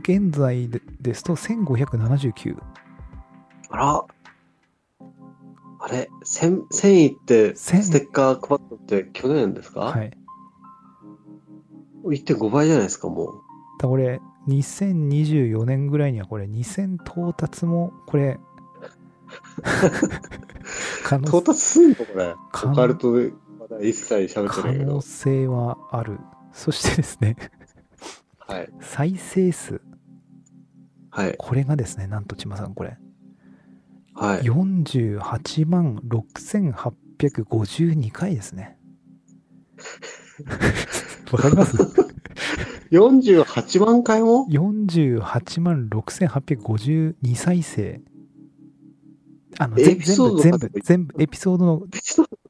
Speaker 1: 現在でですと1579。
Speaker 2: あら、あれ、繊繊維って
Speaker 1: 繊維
Speaker 2: ステッカー配ったのって去年ですか、
Speaker 1: はい。
Speaker 2: ?1.5 倍じゃないですか、もう。
Speaker 1: だこれ2024年ぐらいにはこれ2000到達もこ れ可能
Speaker 2: 到達すんのこれ。
Speaker 1: 可
Speaker 2: オカルトでまだ一切喋って
Speaker 1: 可
Speaker 2: ないけど
Speaker 1: 能。性はあるそしてですね
Speaker 2: はい。
Speaker 1: 再生数
Speaker 2: はい。
Speaker 1: これがですねなんと千葉さんこれ
Speaker 2: はい。
Speaker 1: 48万6852回です ねわかります
Speaker 2: 48万回も
Speaker 1: ?48 万6852再生あの
Speaker 2: エ
Speaker 1: ぜ
Speaker 2: ピソー
Speaker 1: 全
Speaker 2: ド
Speaker 1: 部
Speaker 2: の
Speaker 1: 全部
Speaker 2: 数もいっ
Speaker 1: 全部エピソードの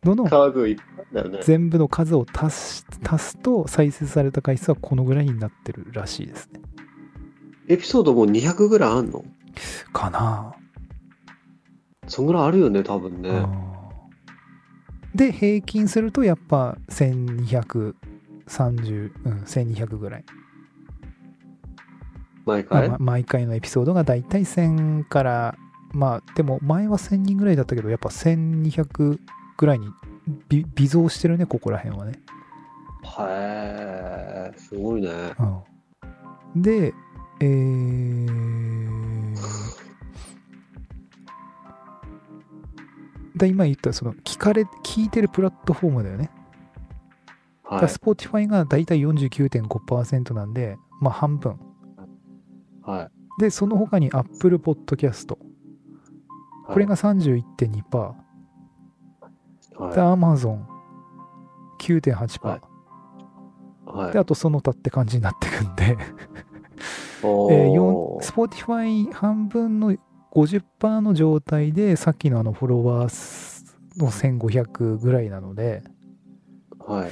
Speaker 1: のの
Speaker 2: カードいっぱいだよね。
Speaker 1: 全部の数を足す足すと再生された回数はこのぐらいになってるらしいですね。
Speaker 2: エピソードもう200ぐらいあんの
Speaker 1: かな
Speaker 2: そんぐらいあるよね、多分
Speaker 1: あ
Speaker 2: ね。
Speaker 1: うんで平均するとやっぱ1230、うん、1200ぐらい、
Speaker 2: 毎
Speaker 1: まあ
Speaker 2: 回
Speaker 1: ま。毎回のエピソードがだいたい1000からまあでも前は1000人ぐらいだったけどやっぱ1200ぐらいにび微増してるねここら辺はね。
Speaker 2: へえ、すごいね。
Speaker 1: うん、で、えー、で今言ったその聞かれ聞いてるプラットフォームだよね。
Speaker 2: はい。
Speaker 1: スポティファイがだいたい49.5%なんで、まあ半分。
Speaker 2: はい。
Speaker 1: で、その他に Apple Podcast。これが31.2%。
Speaker 2: はい、
Speaker 1: で、Amazon。9.8%、
Speaker 2: はいはい
Speaker 1: で、あとその他って感じになってくんで、
Speaker 2: おー
Speaker 1: えー、よん Spotify 半分の50%の状態でさっきのあのフォロワーの1500ぐらいなので
Speaker 2: はい。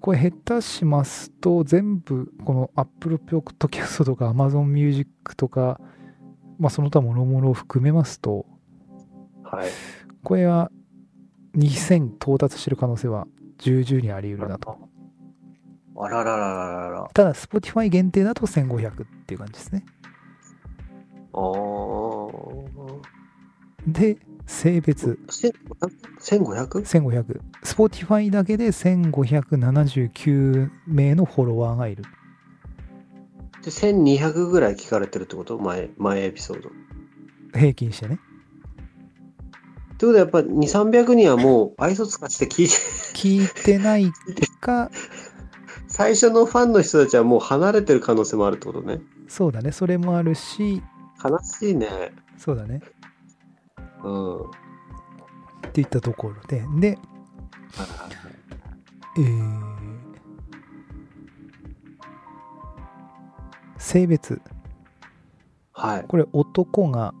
Speaker 1: これ下手しますと全部この Apple Podcast とか Amazon Music とか、まあ、その他もろもろを含めますと
Speaker 2: はい。
Speaker 1: これは2000到達してる可能性は重々にあり得るなと
Speaker 2: あらららららら。
Speaker 1: ただ Spotify 限定だと1500っていう感じですね
Speaker 2: おー。
Speaker 1: で性別
Speaker 2: 1500?
Speaker 1: 1500。Spotify だけで1579名のフォロワーがいる。
Speaker 2: で、1200ぐらい聞かれてるってこと前、前エピソード。って
Speaker 1: 平均してね。
Speaker 2: ことはやっぱ2、300人はもう愛想尽かして聞いて、
Speaker 1: 聞 いてないか、
Speaker 2: 最初のファンの人たちはもう離れてる可能性もあるってことね。
Speaker 1: そうだね。それもあるし、
Speaker 2: 悲しいね。
Speaker 1: そうだね。
Speaker 2: うん。は
Speaker 1: っていったところで。で、
Speaker 2: いはいはい
Speaker 1: えー、性別。
Speaker 2: はい。
Speaker 1: これ男が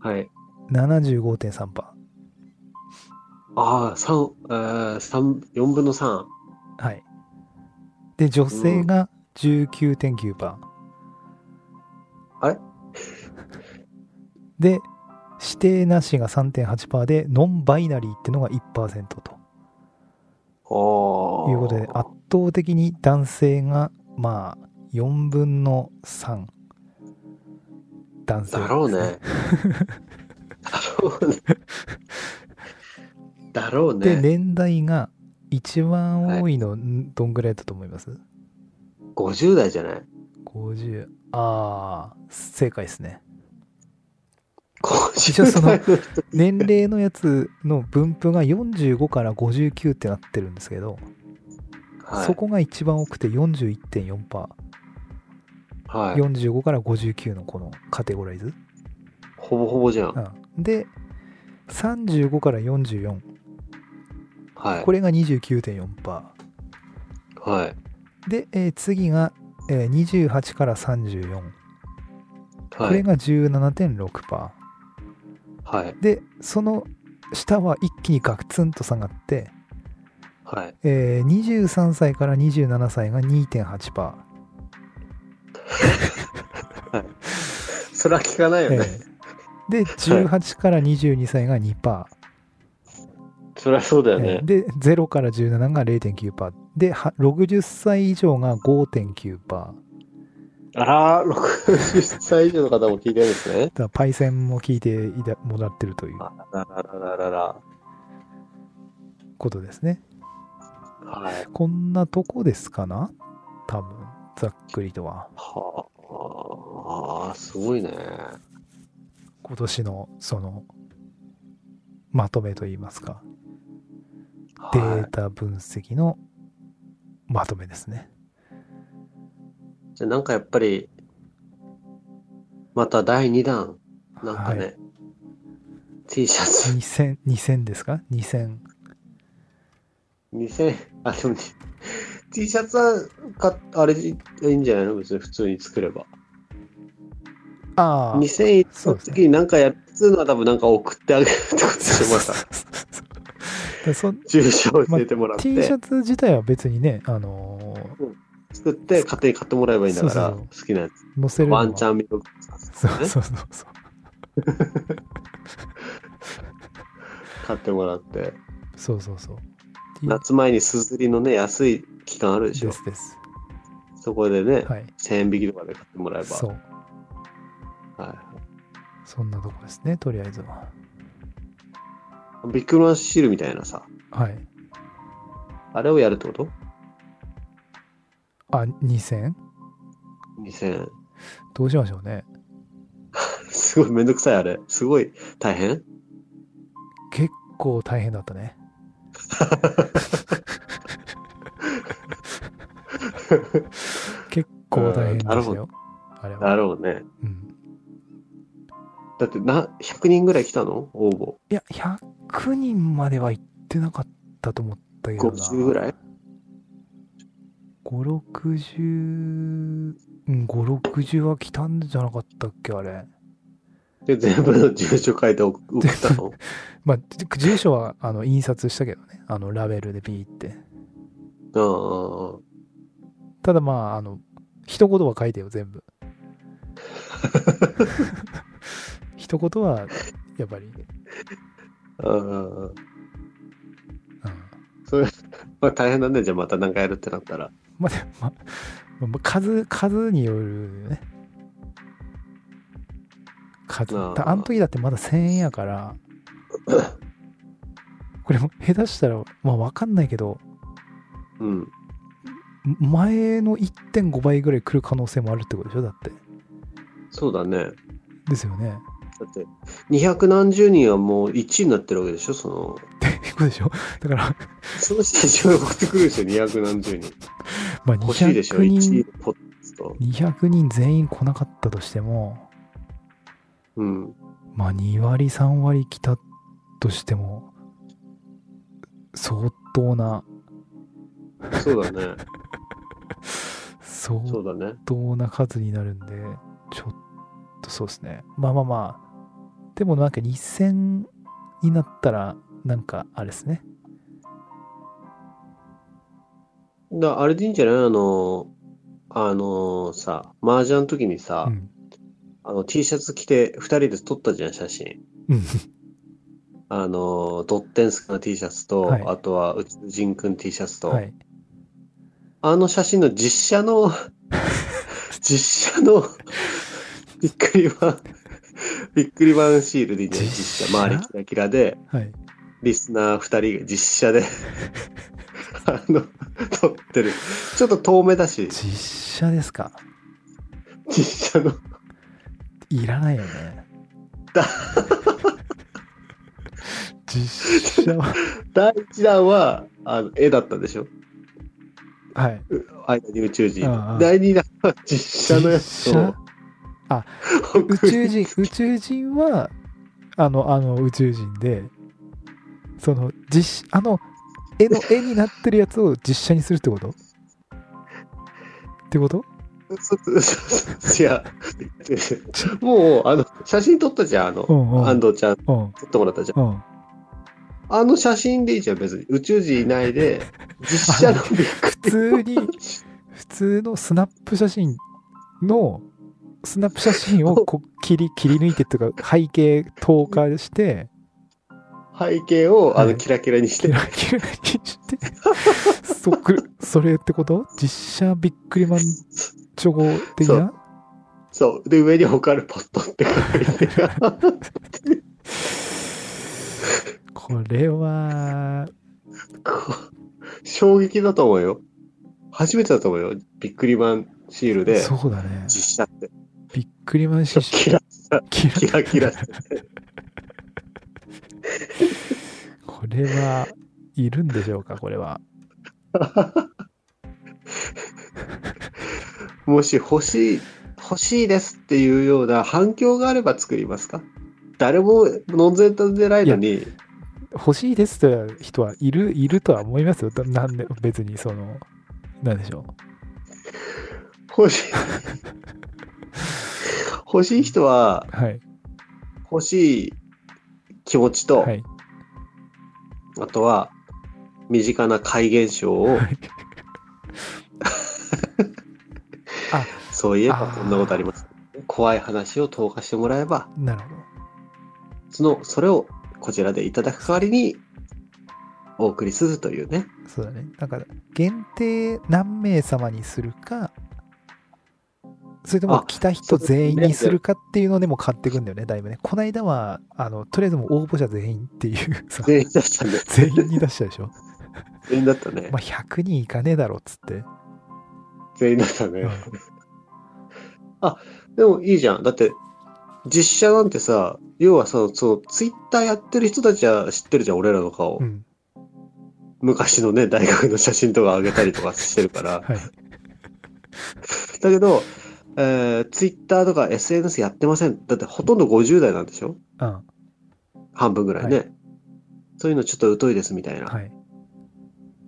Speaker 2: はい。
Speaker 1: 75.3%。
Speaker 2: ああ、三、えー、三、四分の三。
Speaker 1: はい。で、女性が19.9%。
Speaker 2: あれ
Speaker 1: で、指定なしが3.8%で、ノンバイナリーってのが1%と
Speaker 2: おー。
Speaker 1: いうことで、圧倒的に男性が、まあ、4分の3。男性、
Speaker 2: だろうね。。だろうね。 だろう
Speaker 1: で、
Speaker 2: ね。
Speaker 1: 年代が一番多いの、んどんぐらいだと思います
Speaker 2: 50代じゃない
Speaker 1: ?50。ああ、正解ですね。一応そ
Speaker 2: ?50
Speaker 1: の
Speaker 2: 代の人。
Speaker 1: 年齢のやつの分布が45から59ってなってるんですけど、
Speaker 2: はい、
Speaker 1: そこが一番多くて41.4%、
Speaker 2: はい。
Speaker 1: 45から59のこのカテゴライズ、
Speaker 2: ほぼほぼじゃん。
Speaker 1: うん、で35から44
Speaker 2: はい。
Speaker 1: これが29.4%
Speaker 2: はい。
Speaker 1: で、えー次が、えー28から34こ
Speaker 2: は
Speaker 1: れ
Speaker 2: い。
Speaker 1: が17.6%
Speaker 2: はい。
Speaker 1: でその下は一気にガクツンと下がって、
Speaker 2: はい。
Speaker 1: えー23歳から27歳が2.8%
Speaker 2: それは聞かないよね。
Speaker 1: ええで、18から22歳が2%パ
Speaker 2: そりゃそうだ
Speaker 1: ー、
Speaker 2: よね。
Speaker 1: ええで、0から17が0.9%パー、で、は60歳以上が5.9%パー、
Speaker 2: あら、60歳以上の方も聞いてるんですね。
Speaker 1: だからパイセンも聞いていたもらってるという
Speaker 2: あらららららら。
Speaker 1: ことですね。
Speaker 2: はい。
Speaker 1: こんなとこですかな多分、ざっくりとは。
Speaker 2: はあ、すごいね。
Speaker 1: 今年の、その、まとめといいますか、デー
Speaker 2: はい、
Speaker 1: タ分析のまとめですね。
Speaker 2: じゃあなんかやっぱり、また第2弾、なんかね、
Speaker 1: はい
Speaker 2: T シャツ
Speaker 1: 2000、2000ですか ?2000。
Speaker 2: 2000、あ、でも、T シャツはか、あれでいいんじゃないの別に普通に作れば。
Speaker 1: ああ。
Speaker 2: 2001
Speaker 1: そう
Speaker 2: の
Speaker 1: ですね
Speaker 2: 時になんかやるのは多分なんか送ってあげるってことでしょ、また。
Speaker 1: で そ
Speaker 2: 住所を教えてもらって
Speaker 1: T シャツ自体は別にね、あの
Speaker 2: 作って勝手に買ってもらえばいいんだか
Speaker 1: そ
Speaker 2: ら
Speaker 1: うそう
Speaker 2: 好きなやつ
Speaker 1: ー載せるのは
Speaker 2: ワンチャン見とく
Speaker 1: そう
Speaker 2: ね
Speaker 1: そうそうそう。
Speaker 2: 買ってもらって
Speaker 1: そうそうそう。T
Speaker 2: 夏前にすずりのね安い期間あるでしょ
Speaker 1: ですです。
Speaker 2: そこでね、
Speaker 1: はい。
Speaker 2: 1000円引きとかで買ってもらえば
Speaker 1: そう。
Speaker 2: は
Speaker 1: そんなとこですね、とりあえずは。
Speaker 2: い、ビッグマンシールみたいなさ
Speaker 1: はい。
Speaker 2: あれをやるってこと
Speaker 1: あ、2000?
Speaker 2: 2000
Speaker 1: どうしましょうね。
Speaker 2: すごいめんどくさいあれすごい大変
Speaker 1: 結構大変だったね。結構大変で
Speaker 2: うんなる
Speaker 1: した
Speaker 2: ほど
Speaker 1: よ。あれは。
Speaker 2: だろうね
Speaker 1: うん、
Speaker 2: だってな100人ぐらい来たの応
Speaker 1: いや、100人までは行ってなかったと思ったけど
Speaker 2: 募
Speaker 1: な。
Speaker 2: 50ぐらい
Speaker 1: ?5、60、うん、5、60は来たんじゃなかったっけ、あれ。
Speaker 2: で全部の住所書いて送った の
Speaker 1: まあ、じ住所はあの印刷したけどね。あの、ラベルでビーって。
Speaker 2: うんうんうん
Speaker 1: ただまあ、あの、一言は書いてよ、全 部。一言は、やっぱり、うん、
Speaker 2: うんうんうんそれ、 まあ大変だね。じゃあまた何かやるってなったら。
Speaker 1: まあでも、まあ、まあ数、数によるよね。数。
Speaker 2: ああ
Speaker 1: だあの時だってまだ1000円や から、これも下手したら、まあわかんないけど、
Speaker 2: うん。
Speaker 1: 前の1.5倍ぐらい来る可能性もあるってことでしょだって。
Speaker 2: そうだね。だ
Speaker 1: ですよね。
Speaker 2: って、二百何十人はもう1位になってるわけでしょその、
Speaker 1: ってことでしょだから、
Speaker 2: その人たちが送ってくるでしょ二百何十人。
Speaker 1: まあ
Speaker 2: 欲しいでしょ
Speaker 1: 200
Speaker 2: ?1
Speaker 1: 人
Speaker 2: 位のポッツと。
Speaker 1: 200人全員来なかったとしても、
Speaker 2: うん。
Speaker 1: まあ2割3割来たとしても、相当な、
Speaker 2: そうだね。
Speaker 1: 相
Speaker 2: そうだね。
Speaker 1: 当な数になるんで、ちょっとそうですね。まあまあまあ、でもなんか2000になったら、なんかあれですね。
Speaker 2: だあれでいいんじゃないあの、あのさ、麻雀の時にさ、
Speaker 1: うん。
Speaker 2: あの T シャツ着て2人で撮ったじゃん、写真。
Speaker 1: うん。
Speaker 2: あの、ドッテンスクの T シャツと、
Speaker 1: はい
Speaker 2: あとは宇宙人くん T シャツと、
Speaker 1: はい。
Speaker 2: あの写真の実 写の、実写の、びっくりマン、びっくりマンシールでいいんじゃない
Speaker 1: 実写
Speaker 2: 実写、周りキラキラで、
Speaker 1: はい。
Speaker 2: リスナー2人が実 写で、あの、撮ってる。ちょっと遠目だし、
Speaker 1: 実写ですか
Speaker 2: 実写の、
Speaker 1: いらないよね
Speaker 2: だ。
Speaker 1: 実写は、
Speaker 2: 第1弾は、あの、絵だったでしょ
Speaker 1: はい。
Speaker 2: 間に宇宙人
Speaker 1: ああ。
Speaker 2: 第2弾は実写のやつ
Speaker 1: 実
Speaker 2: を
Speaker 1: 写、あ、
Speaker 2: 宇
Speaker 1: 宇宙人、 宇宙人は、あの、あの宇宙人で、その、実写、あの、絵の絵になってるやつを実写にするってことってこと
Speaker 2: そうそうそう違う。もう、あの、写真撮ったじゃん、あの、
Speaker 1: うんうん
Speaker 2: 安藤ちゃん
Speaker 1: うん、
Speaker 2: 撮ってもらったじゃん。
Speaker 1: うん。
Speaker 2: あの写真でいいじゃん、別に。宇宙人いないで、実写のビッ
Speaker 1: 普通に、普通のスナップ写真の、スナップ写真をこう切り、切り抜いてっていうか、背景透過して、
Speaker 2: グ背景を、あ
Speaker 1: は
Speaker 2: の、
Speaker 1: い
Speaker 2: キラキラにして
Speaker 1: キ、ラキラにして、そっくりそれってこと実写ビックリマンチョコ的
Speaker 2: そ
Speaker 1: な
Speaker 2: うそう。で、上に置かれポットって書いて ある
Speaker 1: これは、
Speaker 2: こう衝撃だと思うよ。初めてだと思うよ。ビックリマンシールで、
Speaker 1: そうだね。
Speaker 2: 実写って。
Speaker 1: びっくりマンシ
Speaker 2: キラ
Speaker 1: キラ
Speaker 2: キラキラして。
Speaker 1: これは、いるんでしょうか、これは。
Speaker 2: もし欲しい、欲しいですっていうような反響があれば作りますか誰もノンゼンタでないのに、
Speaker 1: 欲しいですという人はいる、いるとは思いますよ。だなんで、別に、その、なんでしょ
Speaker 2: 欲しい。欲しい人は
Speaker 1: う。はい。
Speaker 2: 欲しい気持ちと、
Speaker 1: はい。
Speaker 2: あとは身近な怪現象を、
Speaker 1: はいあ
Speaker 2: そういえば
Speaker 1: あー
Speaker 2: こんなことあります。怖い話を投下してもらえば、
Speaker 1: なるほど。
Speaker 2: その、それをこちらでいただく代わりに、お送りするというね。
Speaker 1: そうだね。なんか、限定何名様にするか、それとも
Speaker 2: あ
Speaker 1: 来た人全員にするかっていうのでも買っていくんだよね、だいぶね。この間は、あの、とりあえずもう応募者全員っていうさ、
Speaker 2: 全員だったね。
Speaker 1: 全員に出したでしょ。
Speaker 2: 全員だったね
Speaker 1: ま。あ、100人いかねえだろっつって。
Speaker 2: 全員だったね
Speaker 1: うん。
Speaker 2: でもいいじゃん。だって、実写なんてさ、要はさ、そう、ツイッターやってる人たちは知ってるじゃん、俺らの顔。
Speaker 1: うん。
Speaker 2: 昔 のね、大学の写真とか上げたりとかしてるか
Speaker 1: は
Speaker 2: ら。
Speaker 1: い。
Speaker 2: だけど、えー、ツイッターとか SNS やってません。だってほとんど50代なんでしょ
Speaker 1: うん。
Speaker 2: 半分ぐらいね、
Speaker 1: は
Speaker 2: そういうのちょっと疎いですみたいな。
Speaker 1: はい。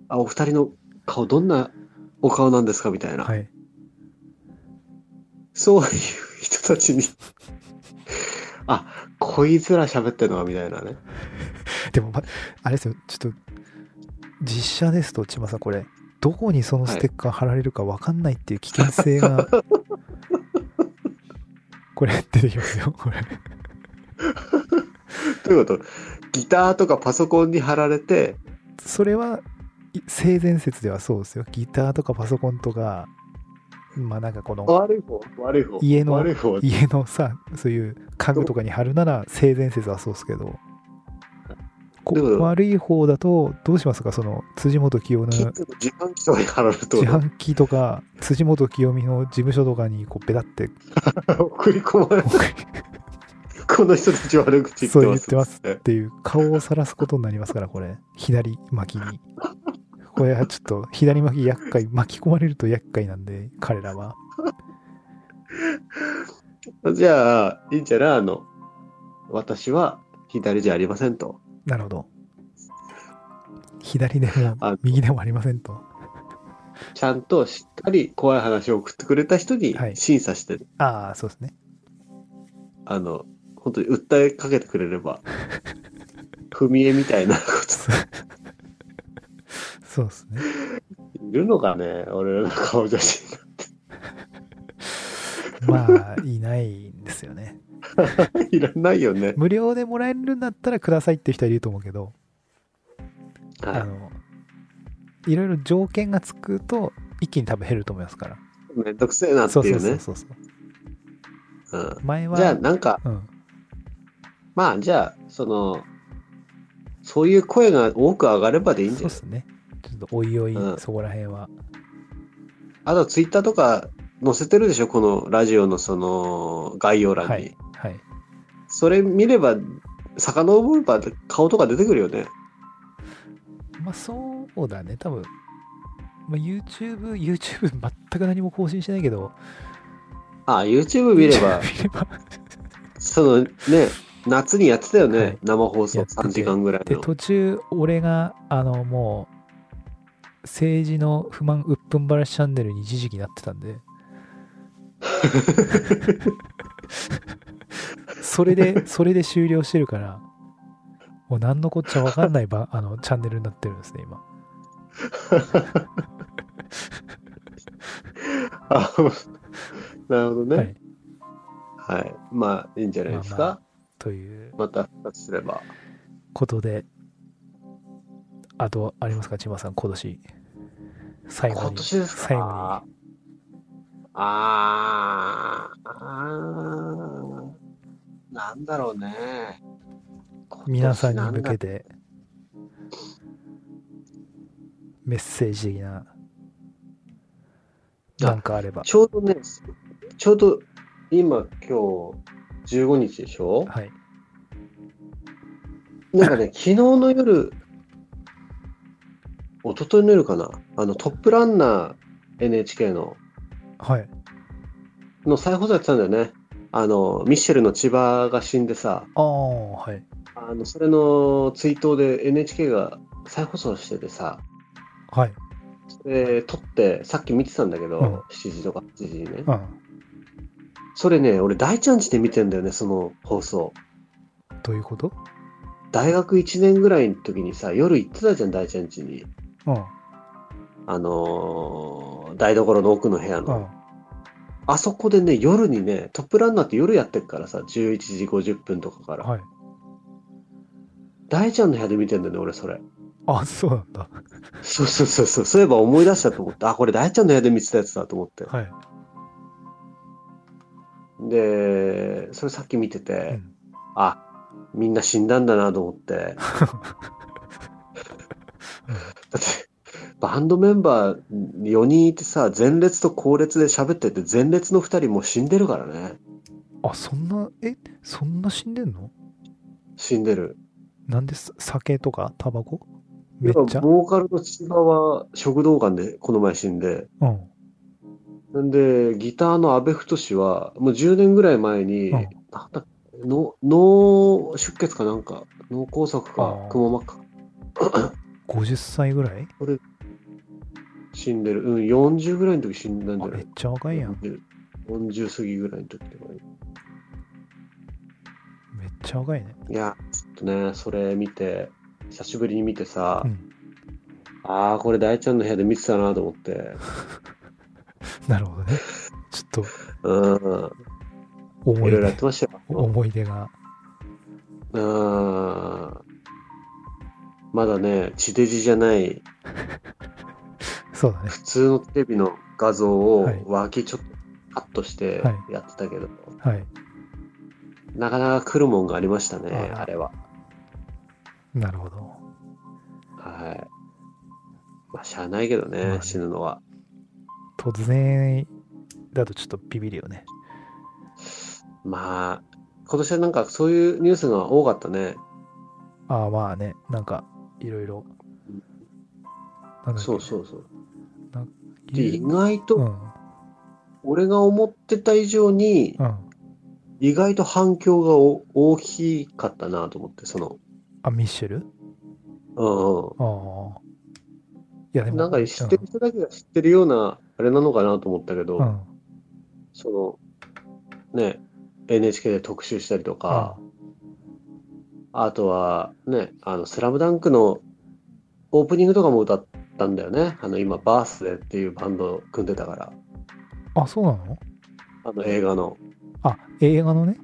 Speaker 2: あ、お二人の顔どんなお顔なんですかみたいな。
Speaker 1: はい。
Speaker 2: そういう人たちに。あ、こいつら喋ってんのかみたいなね。
Speaker 1: でも、まあれですよ、ちょっと、実写ですと、千葉さん、これ、どこにそのステッカー貼られるか分かんないっていう危険性が、これ、出てきますよ、これ。
Speaker 2: ということギターとかパソコンに貼られて、
Speaker 1: それは、い性善説ではそうですよ。ギターとかパソコンとか、まあなんかこの、
Speaker 2: 悪い方、悪い方、
Speaker 1: 家の
Speaker 2: 悪い方、
Speaker 1: 家のさ、そういう家具とかに貼るなら、性善説はそうですけど、こ
Speaker 2: でも
Speaker 1: 悪い方だと、どうしますか、その、辻元清の
Speaker 2: キッズの自販機とかに貼られるって
Speaker 1: 自
Speaker 2: こ
Speaker 1: 販機とか辻元清美の事務所とかにこうペタって
Speaker 2: と 送り込 まれる。この人たち悪口言ってます。
Speaker 1: そう言ってます
Speaker 2: ね
Speaker 1: っていう顔をさらすことになりますからこれ左巻きにこれはちょっと左巻き厄介巻き込まれると厄介なんで彼らは
Speaker 2: じゃあ、いいんじゃないあの、私は左じゃありませんと。
Speaker 1: なるほど左で
Speaker 2: あ
Speaker 1: も右でもありませんと
Speaker 2: ちゃんとしっかり怖い話を送ってくれた人に
Speaker 1: はい
Speaker 2: 審査して、
Speaker 1: ああそうですね
Speaker 2: あの、本当に訴えかけてくれ れば、踏み絵みたいなこ
Speaker 1: そうですね
Speaker 2: といるのかね俺らの顔写真。
Speaker 1: まあいないんですよね
Speaker 2: いらないよね。
Speaker 1: 無料でもらえるんだったらくださいっていう人はいると思うけど
Speaker 2: は
Speaker 1: あ
Speaker 2: い
Speaker 1: のいろいろ条件がつくと一気に多分減ると思いますから。
Speaker 2: めんどくせえなって
Speaker 1: そう
Speaker 2: い
Speaker 1: そう
Speaker 2: う
Speaker 1: そう
Speaker 2: ね。
Speaker 1: そうそう。
Speaker 2: うん
Speaker 1: 前は、
Speaker 2: じゃあ、なんか、
Speaker 1: うん、
Speaker 2: まあ、じゃあ、その、そういう声が多く上がればでいいんじ
Speaker 1: そう
Speaker 2: ゃ
Speaker 1: っ
Speaker 2: ない
Speaker 1: すね。ちょっとおいおい、
Speaker 2: うん
Speaker 1: そこら辺は。
Speaker 2: あと、ツイッターとか載せてるでしょこのラジオのその概要欄に。
Speaker 1: はい。はい。
Speaker 2: それ見れば、遡れば顔とか出てくるよね。
Speaker 1: まあそうだね、多分。まあ、YouTube、YouTube 全く何も更新してないけど、、
Speaker 2: ああ、YouTube 見れば
Speaker 1: 見れば。
Speaker 2: そのね、夏にやってたよね。
Speaker 1: はい
Speaker 2: 生放送
Speaker 1: やってて
Speaker 2: 3時間ぐらい
Speaker 1: で、
Speaker 2: の。
Speaker 1: 途中、俺が、あの、もう、政治の不満うっぷんばらしチャンネルに一時期なってたんで。それで、それで終了してるから、もう何のこっちゃわかんないば あのチャンネルになってるんですね、今。
Speaker 2: あ なるほどね。
Speaker 1: は
Speaker 2: はい。
Speaker 1: い。
Speaker 2: まあ、いいんじゃないです
Speaker 1: まあ
Speaker 2: か。
Speaker 1: という
Speaker 2: また復活すれば。
Speaker 1: ことで、あと、ありますか、千葉さん、今年。最後に。
Speaker 2: 今年ですか
Speaker 1: 最後
Speaker 2: あーあーなんだろうね。
Speaker 1: 皆さんに向
Speaker 2: 今年なんだ
Speaker 1: けてメッセージ的な
Speaker 2: あ
Speaker 1: なんかあれば
Speaker 2: ちょうどね、ちょうど今今日15日でしょ
Speaker 1: はい
Speaker 2: なんかね、昨日の夜、一昨日の夜かな、あのトップランナー NHK の、
Speaker 1: はい
Speaker 2: の再放送やってたんだよね。あの、ミッシェルの千葉が死んでさ、
Speaker 1: ああはい
Speaker 2: あの、それの追悼で NHK が再放送しててさ、
Speaker 1: はい
Speaker 2: で、撮って、さっき見てたんだけど、
Speaker 1: うん
Speaker 2: 7時とか8時にね。
Speaker 1: うん
Speaker 2: それね、俺大ちゃんちで見てんだよね、その放送。
Speaker 1: どういうこと
Speaker 2: 大学1年ぐらいの時にさ、夜行ってたじゃん、大ちゃんちに。
Speaker 1: うん
Speaker 2: あのー台所の奥の部屋
Speaker 1: う
Speaker 2: の。
Speaker 1: ん
Speaker 2: あそこでね、夜にね、トップランナーって夜やってるからさ、11時50分とかから。
Speaker 1: はい
Speaker 2: 大ちゃんの部屋で見てんだよね、俺それ。
Speaker 1: あそうなんだ
Speaker 2: そうそうそうそう、そういえば思い出したと思って、あ、これ大ちゃんの部屋で見てたやつだと思って。
Speaker 1: はい
Speaker 2: で、それさっき見てて、
Speaker 1: うん
Speaker 2: あ、みんな死んだんだなと思 って。だって、バンドメンバー4人いてさ、前列と後列で喋ってて、前列の2人もう死んでるからね。
Speaker 1: あそんなえそんな死んでんの
Speaker 2: 死んでる。
Speaker 1: なんでさ酒とかタバコめっ
Speaker 2: 要は
Speaker 1: ちゃ
Speaker 2: ボーカルの千葉は食道がんでこの前死んで、
Speaker 1: うん
Speaker 2: なんで、ギターの阿部太氏は、もう10年ぐらい前に、
Speaker 1: うん
Speaker 2: なんだの脳出血かなんか、脳梗塞
Speaker 1: あ
Speaker 2: か
Speaker 1: ー、
Speaker 2: くも膜か、
Speaker 1: 50歳ぐらい
Speaker 2: 死んでる。うん、40ぐらいの時死んだんじ
Speaker 1: あ
Speaker 2: ゃな
Speaker 1: めっ
Speaker 2: い
Speaker 1: ちゃ若いやん
Speaker 2: ?40 40過ぎぐらいの時とかに。
Speaker 1: めっちゃ若いね
Speaker 2: いや、ちょっとね、それ見て、久しぶりに見てさ、
Speaker 1: うん
Speaker 2: ああ、これ大ちゃんの部屋で見てたなと思って、
Speaker 1: なるほどねちょっ
Speaker 2: う
Speaker 1: と
Speaker 2: ん、いろ
Speaker 1: 思い
Speaker 2: いろやっ
Speaker 1: 出
Speaker 2: てましたよ。
Speaker 1: 思い出が
Speaker 2: うん、まだね、地デジじゃない、
Speaker 1: そうだね
Speaker 2: 普通のテレビの画像を
Speaker 1: はい
Speaker 2: 脇ちょっとカットして
Speaker 1: は
Speaker 2: やってたけど、
Speaker 1: はい
Speaker 2: なかなか来るもんがありましたね、
Speaker 1: あ
Speaker 2: あ
Speaker 1: あ
Speaker 2: れは。
Speaker 1: なるほど
Speaker 2: はい。まあ、しゃあないけどね、
Speaker 1: まあね
Speaker 2: 死ぬのは。
Speaker 1: 突然だとちょっとビビるよね
Speaker 2: まあ、今年はなんかそういうニュースが多かったね。
Speaker 1: ああまあねなんかいろいろなんだっけ
Speaker 2: そうそうそう。で
Speaker 1: 理
Speaker 2: 意
Speaker 1: 由
Speaker 2: 外
Speaker 1: う
Speaker 2: と、
Speaker 1: ん
Speaker 2: 俺が思ってた以上に
Speaker 1: う、ん
Speaker 2: 意外と反響がお大きかったなと思って、その、
Speaker 1: あミッシェル
Speaker 2: うんうん。
Speaker 1: ああいやでも
Speaker 2: なんか知ってる人だけが知ってるような、あれなのかなと思ったけど、
Speaker 1: うん、うん
Speaker 2: その、ね、NHK で特集したりとか、あとは、ね、あの、スラムダンクのオープニングとかも歌ったんだよね。あの、今、バースデーっていうバンド組んでたから、
Speaker 1: あそうなの
Speaker 2: あの映画の。
Speaker 1: あ映画のね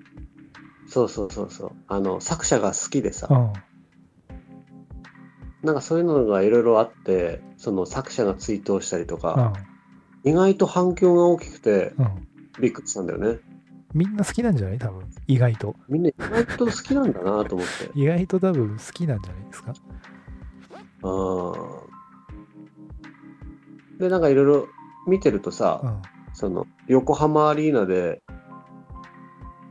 Speaker 2: そうそうそうそう。あの、作者が好きで
Speaker 1: う
Speaker 2: さ、
Speaker 1: ん
Speaker 2: なんかそういうのがいろいろあって、その作者が追悼したりと
Speaker 1: う
Speaker 2: か、
Speaker 1: ん
Speaker 2: 意外と反響が大きくて、
Speaker 1: うん
Speaker 2: びっくりしたんだよね。
Speaker 1: みんな好きなんじゃない多分意外と
Speaker 2: みんな意外と好きなんだなと 思って。
Speaker 1: 意外と多分好きなんじゃないですか
Speaker 2: うん。で、なんかいろいろ見てるとさ、
Speaker 1: うん
Speaker 2: その、横浜アリーナで、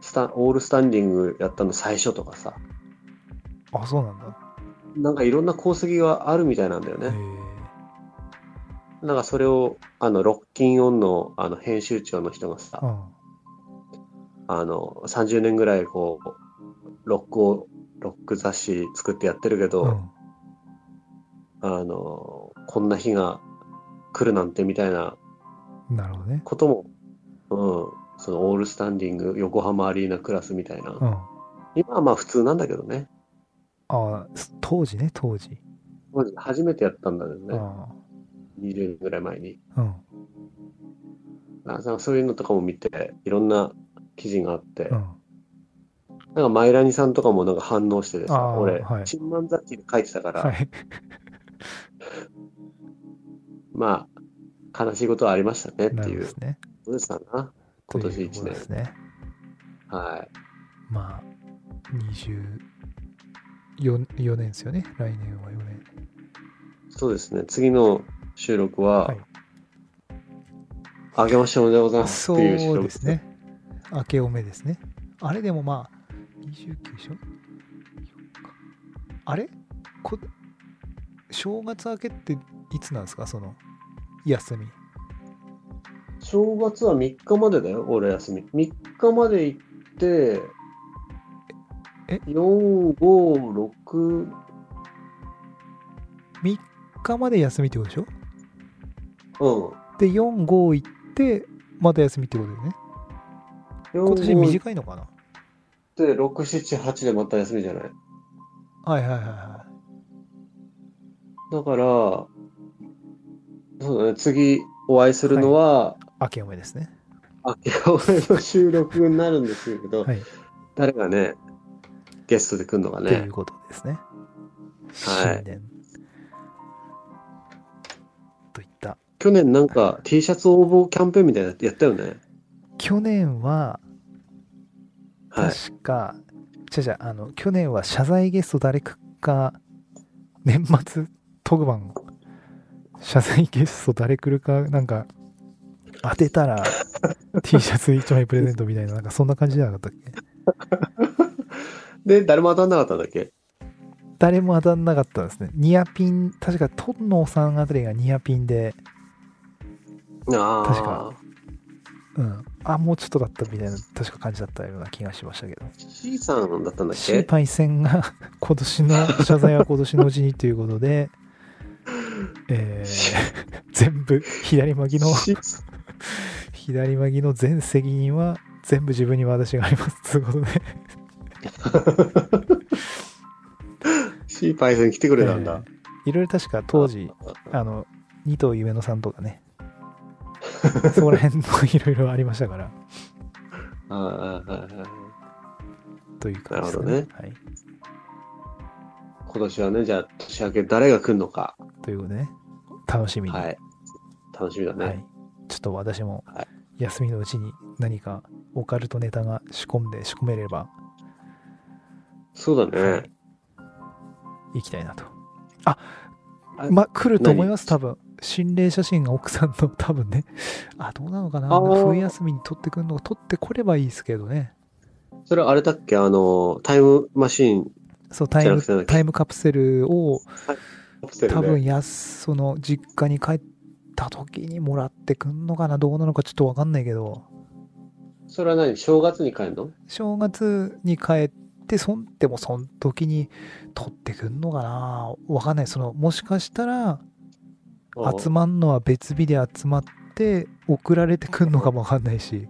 Speaker 2: スタンオールスタンディングやったの最初とかさ、
Speaker 1: あそうなんだ
Speaker 2: なんかいろんな功績があるみたいなんだよ
Speaker 1: へ
Speaker 2: ね。
Speaker 1: え
Speaker 2: なんかそれを、あの、ロッキンオンの、あの、編集長の人がさ、
Speaker 1: うん
Speaker 2: あの、30年ぐらいこう、ロックを、ロック雑誌作ってやってるけど、
Speaker 1: うん
Speaker 2: あの、こんな日が来るなんてみたいな
Speaker 1: なるほどね
Speaker 2: ことも、うん、そのオールスタンディング、横浜アリーナクラスみたいな、
Speaker 1: うん
Speaker 2: 今はまあ普通なんだけどね、
Speaker 1: ああす当時ね当時
Speaker 2: 当時初めてやったんだけど
Speaker 1: あ
Speaker 2: ね、
Speaker 1: あ
Speaker 2: 20年ぐらい前に。
Speaker 1: うん
Speaker 2: なんかそういうのとかも見て、いろんな記事があって、
Speaker 1: うん
Speaker 2: なんかマイラニさんとかもなんか反応してて
Speaker 1: あ
Speaker 2: さ、
Speaker 1: ー
Speaker 2: 俺、
Speaker 1: はい
Speaker 2: チンマン雑誌で書いてたから、
Speaker 1: はい
Speaker 2: まあ、悲しいことはありましたねっ
Speaker 1: な
Speaker 2: て
Speaker 1: るほど
Speaker 2: いう
Speaker 1: ですね
Speaker 2: ことですかな、今年1
Speaker 1: ということで
Speaker 2: 年。
Speaker 1: すね
Speaker 2: はい。
Speaker 1: ま24 4年ですよね。来年は4年。
Speaker 2: そうですね。次の収録は、
Speaker 1: はい
Speaker 2: あげましょうおめでとうございます
Speaker 1: そ
Speaker 2: っていう収
Speaker 1: う
Speaker 2: 録
Speaker 1: です。ね。明けおめですね。あれでもまあ、29でしょあれこ正月明けっていつなんですかその休み。
Speaker 2: 正月は3日までだよ、俺休み。3日まで行って、
Speaker 1: え
Speaker 2: 4、5、6、
Speaker 1: 3日まで休みってことでしょ
Speaker 2: うん。
Speaker 1: で、4、5行って、また休みってことだよね。今年
Speaker 2: 4、5
Speaker 1: 短いのかな
Speaker 2: で6、7、8でまた休みじゃない。
Speaker 1: はいはいはいは
Speaker 2: だから、そうだね、次お会いするのは、
Speaker 1: い。明けおめですね。
Speaker 2: 明け方の収録になるんですけど、
Speaker 1: はい。
Speaker 2: 誰がね、ゲストで来るのが
Speaker 1: とい
Speaker 2: ね
Speaker 1: う、ことですね。
Speaker 2: はい
Speaker 1: 新年。といった。
Speaker 2: 去年なんか T シャツ応募キャンペーンみたいなのやったよね。
Speaker 1: 去年は、
Speaker 2: はい。
Speaker 1: 確か、じゃじゃあの、去年は謝罪ゲスト誰か、年末特番、謝罪ゲスト誰来るか、なんか、当てた ら T シャツ1枚プレゼントみたいな、なんかそんな感じじゃなかったっけ
Speaker 2: で、誰も当たんなかったんだっけ
Speaker 1: 誰も当たんなかったですね。ニアピン、確か、トンノーさんあたりがニアピンで、
Speaker 2: ああ。
Speaker 1: 確かうん、あ、もうちょっとだったみたいな、確か感じだったような気がしましたけど。
Speaker 2: C さんだったんだっ
Speaker 1: 心
Speaker 2: け
Speaker 1: 配線が 今年の謝罪は今年のうちにということで、 え ー全部左巻きの
Speaker 2: C
Speaker 1: 左巻きの全責任は全部自分に私がありますということで
Speaker 2: C パイセン来てくれたんだ。
Speaker 1: いろいろ確か当時あの二藤夢乃さんとかねそこら辺のいろいろありましたから
Speaker 2: ああああああ
Speaker 1: という感じです
Speaker 2: なる
Speaker 1: はい、
Speaker 2: 今年はね、じゃあ年明け誰が来るのか。
Speaker 1: ということでね楽しみに、
Speaker 2: はい。楽しみだね。
Speaker 1: はい、ちょっと私も
Speaker 2: はい
Speaker 1: 休みのうちに何かオカルトネタが仕込んで仕込めれば
Speaker 2: そうだね。
Speaker 1: 行きたいなと。あ
Speaker 2: あ
Speaker 1: ま、来ると思います、多
Speaker 2: 何
Speaker 1: 分。心霊写真が奥さんの、多分ね。あ、どうなのかな
Speaker 2: あー
Speaker 1: 冬休みに撮ってくるのを撮ってこればいいですけどね。
Speaker 2: それはあれだっけあの、タイムマシーン
Speaker 1: そう、タイ
Speaker 2: じゃなく
Speaker 1: ム
Speaker 2: て
Speaker 1: タイムカプセルを
Speaker 2: カプセル
Speaker 1: 多分
Speaker 2: で。
Speaker 1: やす、その実家に帰った時にもらってくんのかな、どうなのかちょっとわかんないけど、
Speaker 2: それは何正月に帰るの
Speaker 1: 正月に帰って、そんでもその時に撮ってくんのかな、わかんない。その、もしかしたら、集まんのは別日で集まって送られてくんのかもわかんないし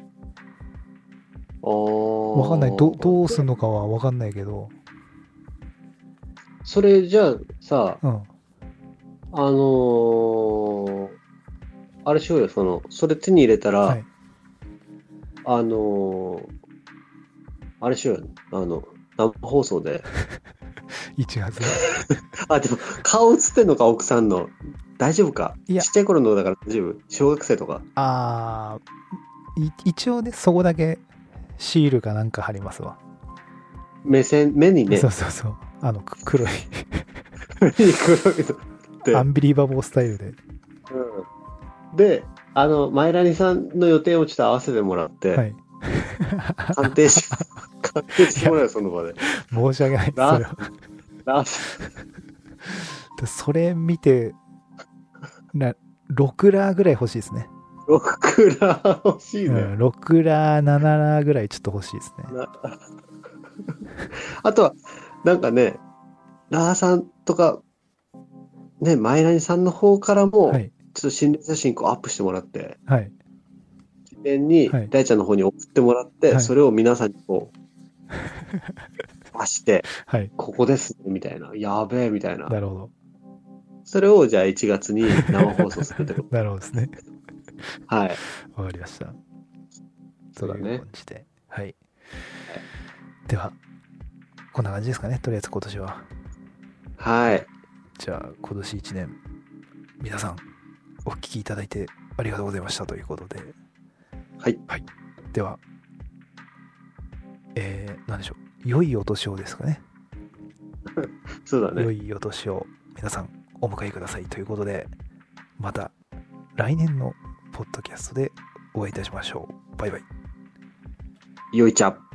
Speaker 1: わ
Speaker 2: わ
Speaker 1: かんないどどうすんのかはわかんないけど、
Speaker 2: それじゃあさ、
Speaker 1: うん、
Speaker 2: あのーあれしようよ、その、それ手に入れたら、
Speaker 1: はい
Speaker 2: あのーあれしようよ、あの、生放送で。
Speaker 1: 1月
Speaker 2: あ、でも、顔映ってんのか、奥さんの。大丈夫か
Speaker 1: いや
Speaker 2: ちっちゃい頃のだから大丈夫小学生とか。
Speaker 1: あーい一応ねそこだけシールかなんか貼りますわ、
Speaker 2: 目線、目にね
Speaker 1: そ、うそうそうあのく黒い
Speaker 2: 目に黒いのって
Speaker 1: アンビリーバボースタイルで
Speaker 2: うんで、あの、マイラニさんの予定をちょっと合わせてもらって、
Speaker 1: はい
Speaker 2: 鑑 定し、鑑定してもらうよ、その場で。
Speaker 1: 申し訳ないそれは
Speaker 2: な
Speaker 1: でそれ見てな6ラーぐらい欲しいですね、
Speaker 2: ロクラー欲しいうね。
Speaker 1: ん、6ラー7ラーぐらいちょっと欲しいですね
Speaker 2: あとは、なんかね、ラーさんとか、ね、マイラニさんの方からも、
Speaker 1: はい
Speaker 2: ちょっと心霊写真こうアップしてもらって、
Speaker 1: はい
Speaker 2: 事前に
Speaker 1: はい
Speaker 2: 大ちゃんの方に送ってもらって、
Speaker 1: はい
Speaker 2: それを皆さんに こう、出して、
Speaker 1: はい
Speaker 2: ここですね、みたいな。やべえ、みたいな。
Speaker 1: なるほど
Speaker 2: それをじゃあ1月に生放送するってこと
Speaker 1: なるほどですね
Speaker 2: はい。
Speaker 1: わかりました。
Speaker 2: そうだね
Speaker 1: という感じで。はい。では、こんな感じですかね、とりあえず今年は。
Speaker 2: はい。
Speaker 1: じゃあ、今年1年、皆さん、お聞きいただいてありがとうございましたということで、
Speaker 2: はい。
Speaker 1: では、えー、何でしょう。良いお年をですかね。
Speaker 2: そうだ
Speaker 1: 良
Speaker 2: ね。
Speaker 1: いお年を皆さんお迎えくださいということで、また来年のポッドキャストでお会いいたしましょう。バイバイ。
Speaker 2: よいちゃん。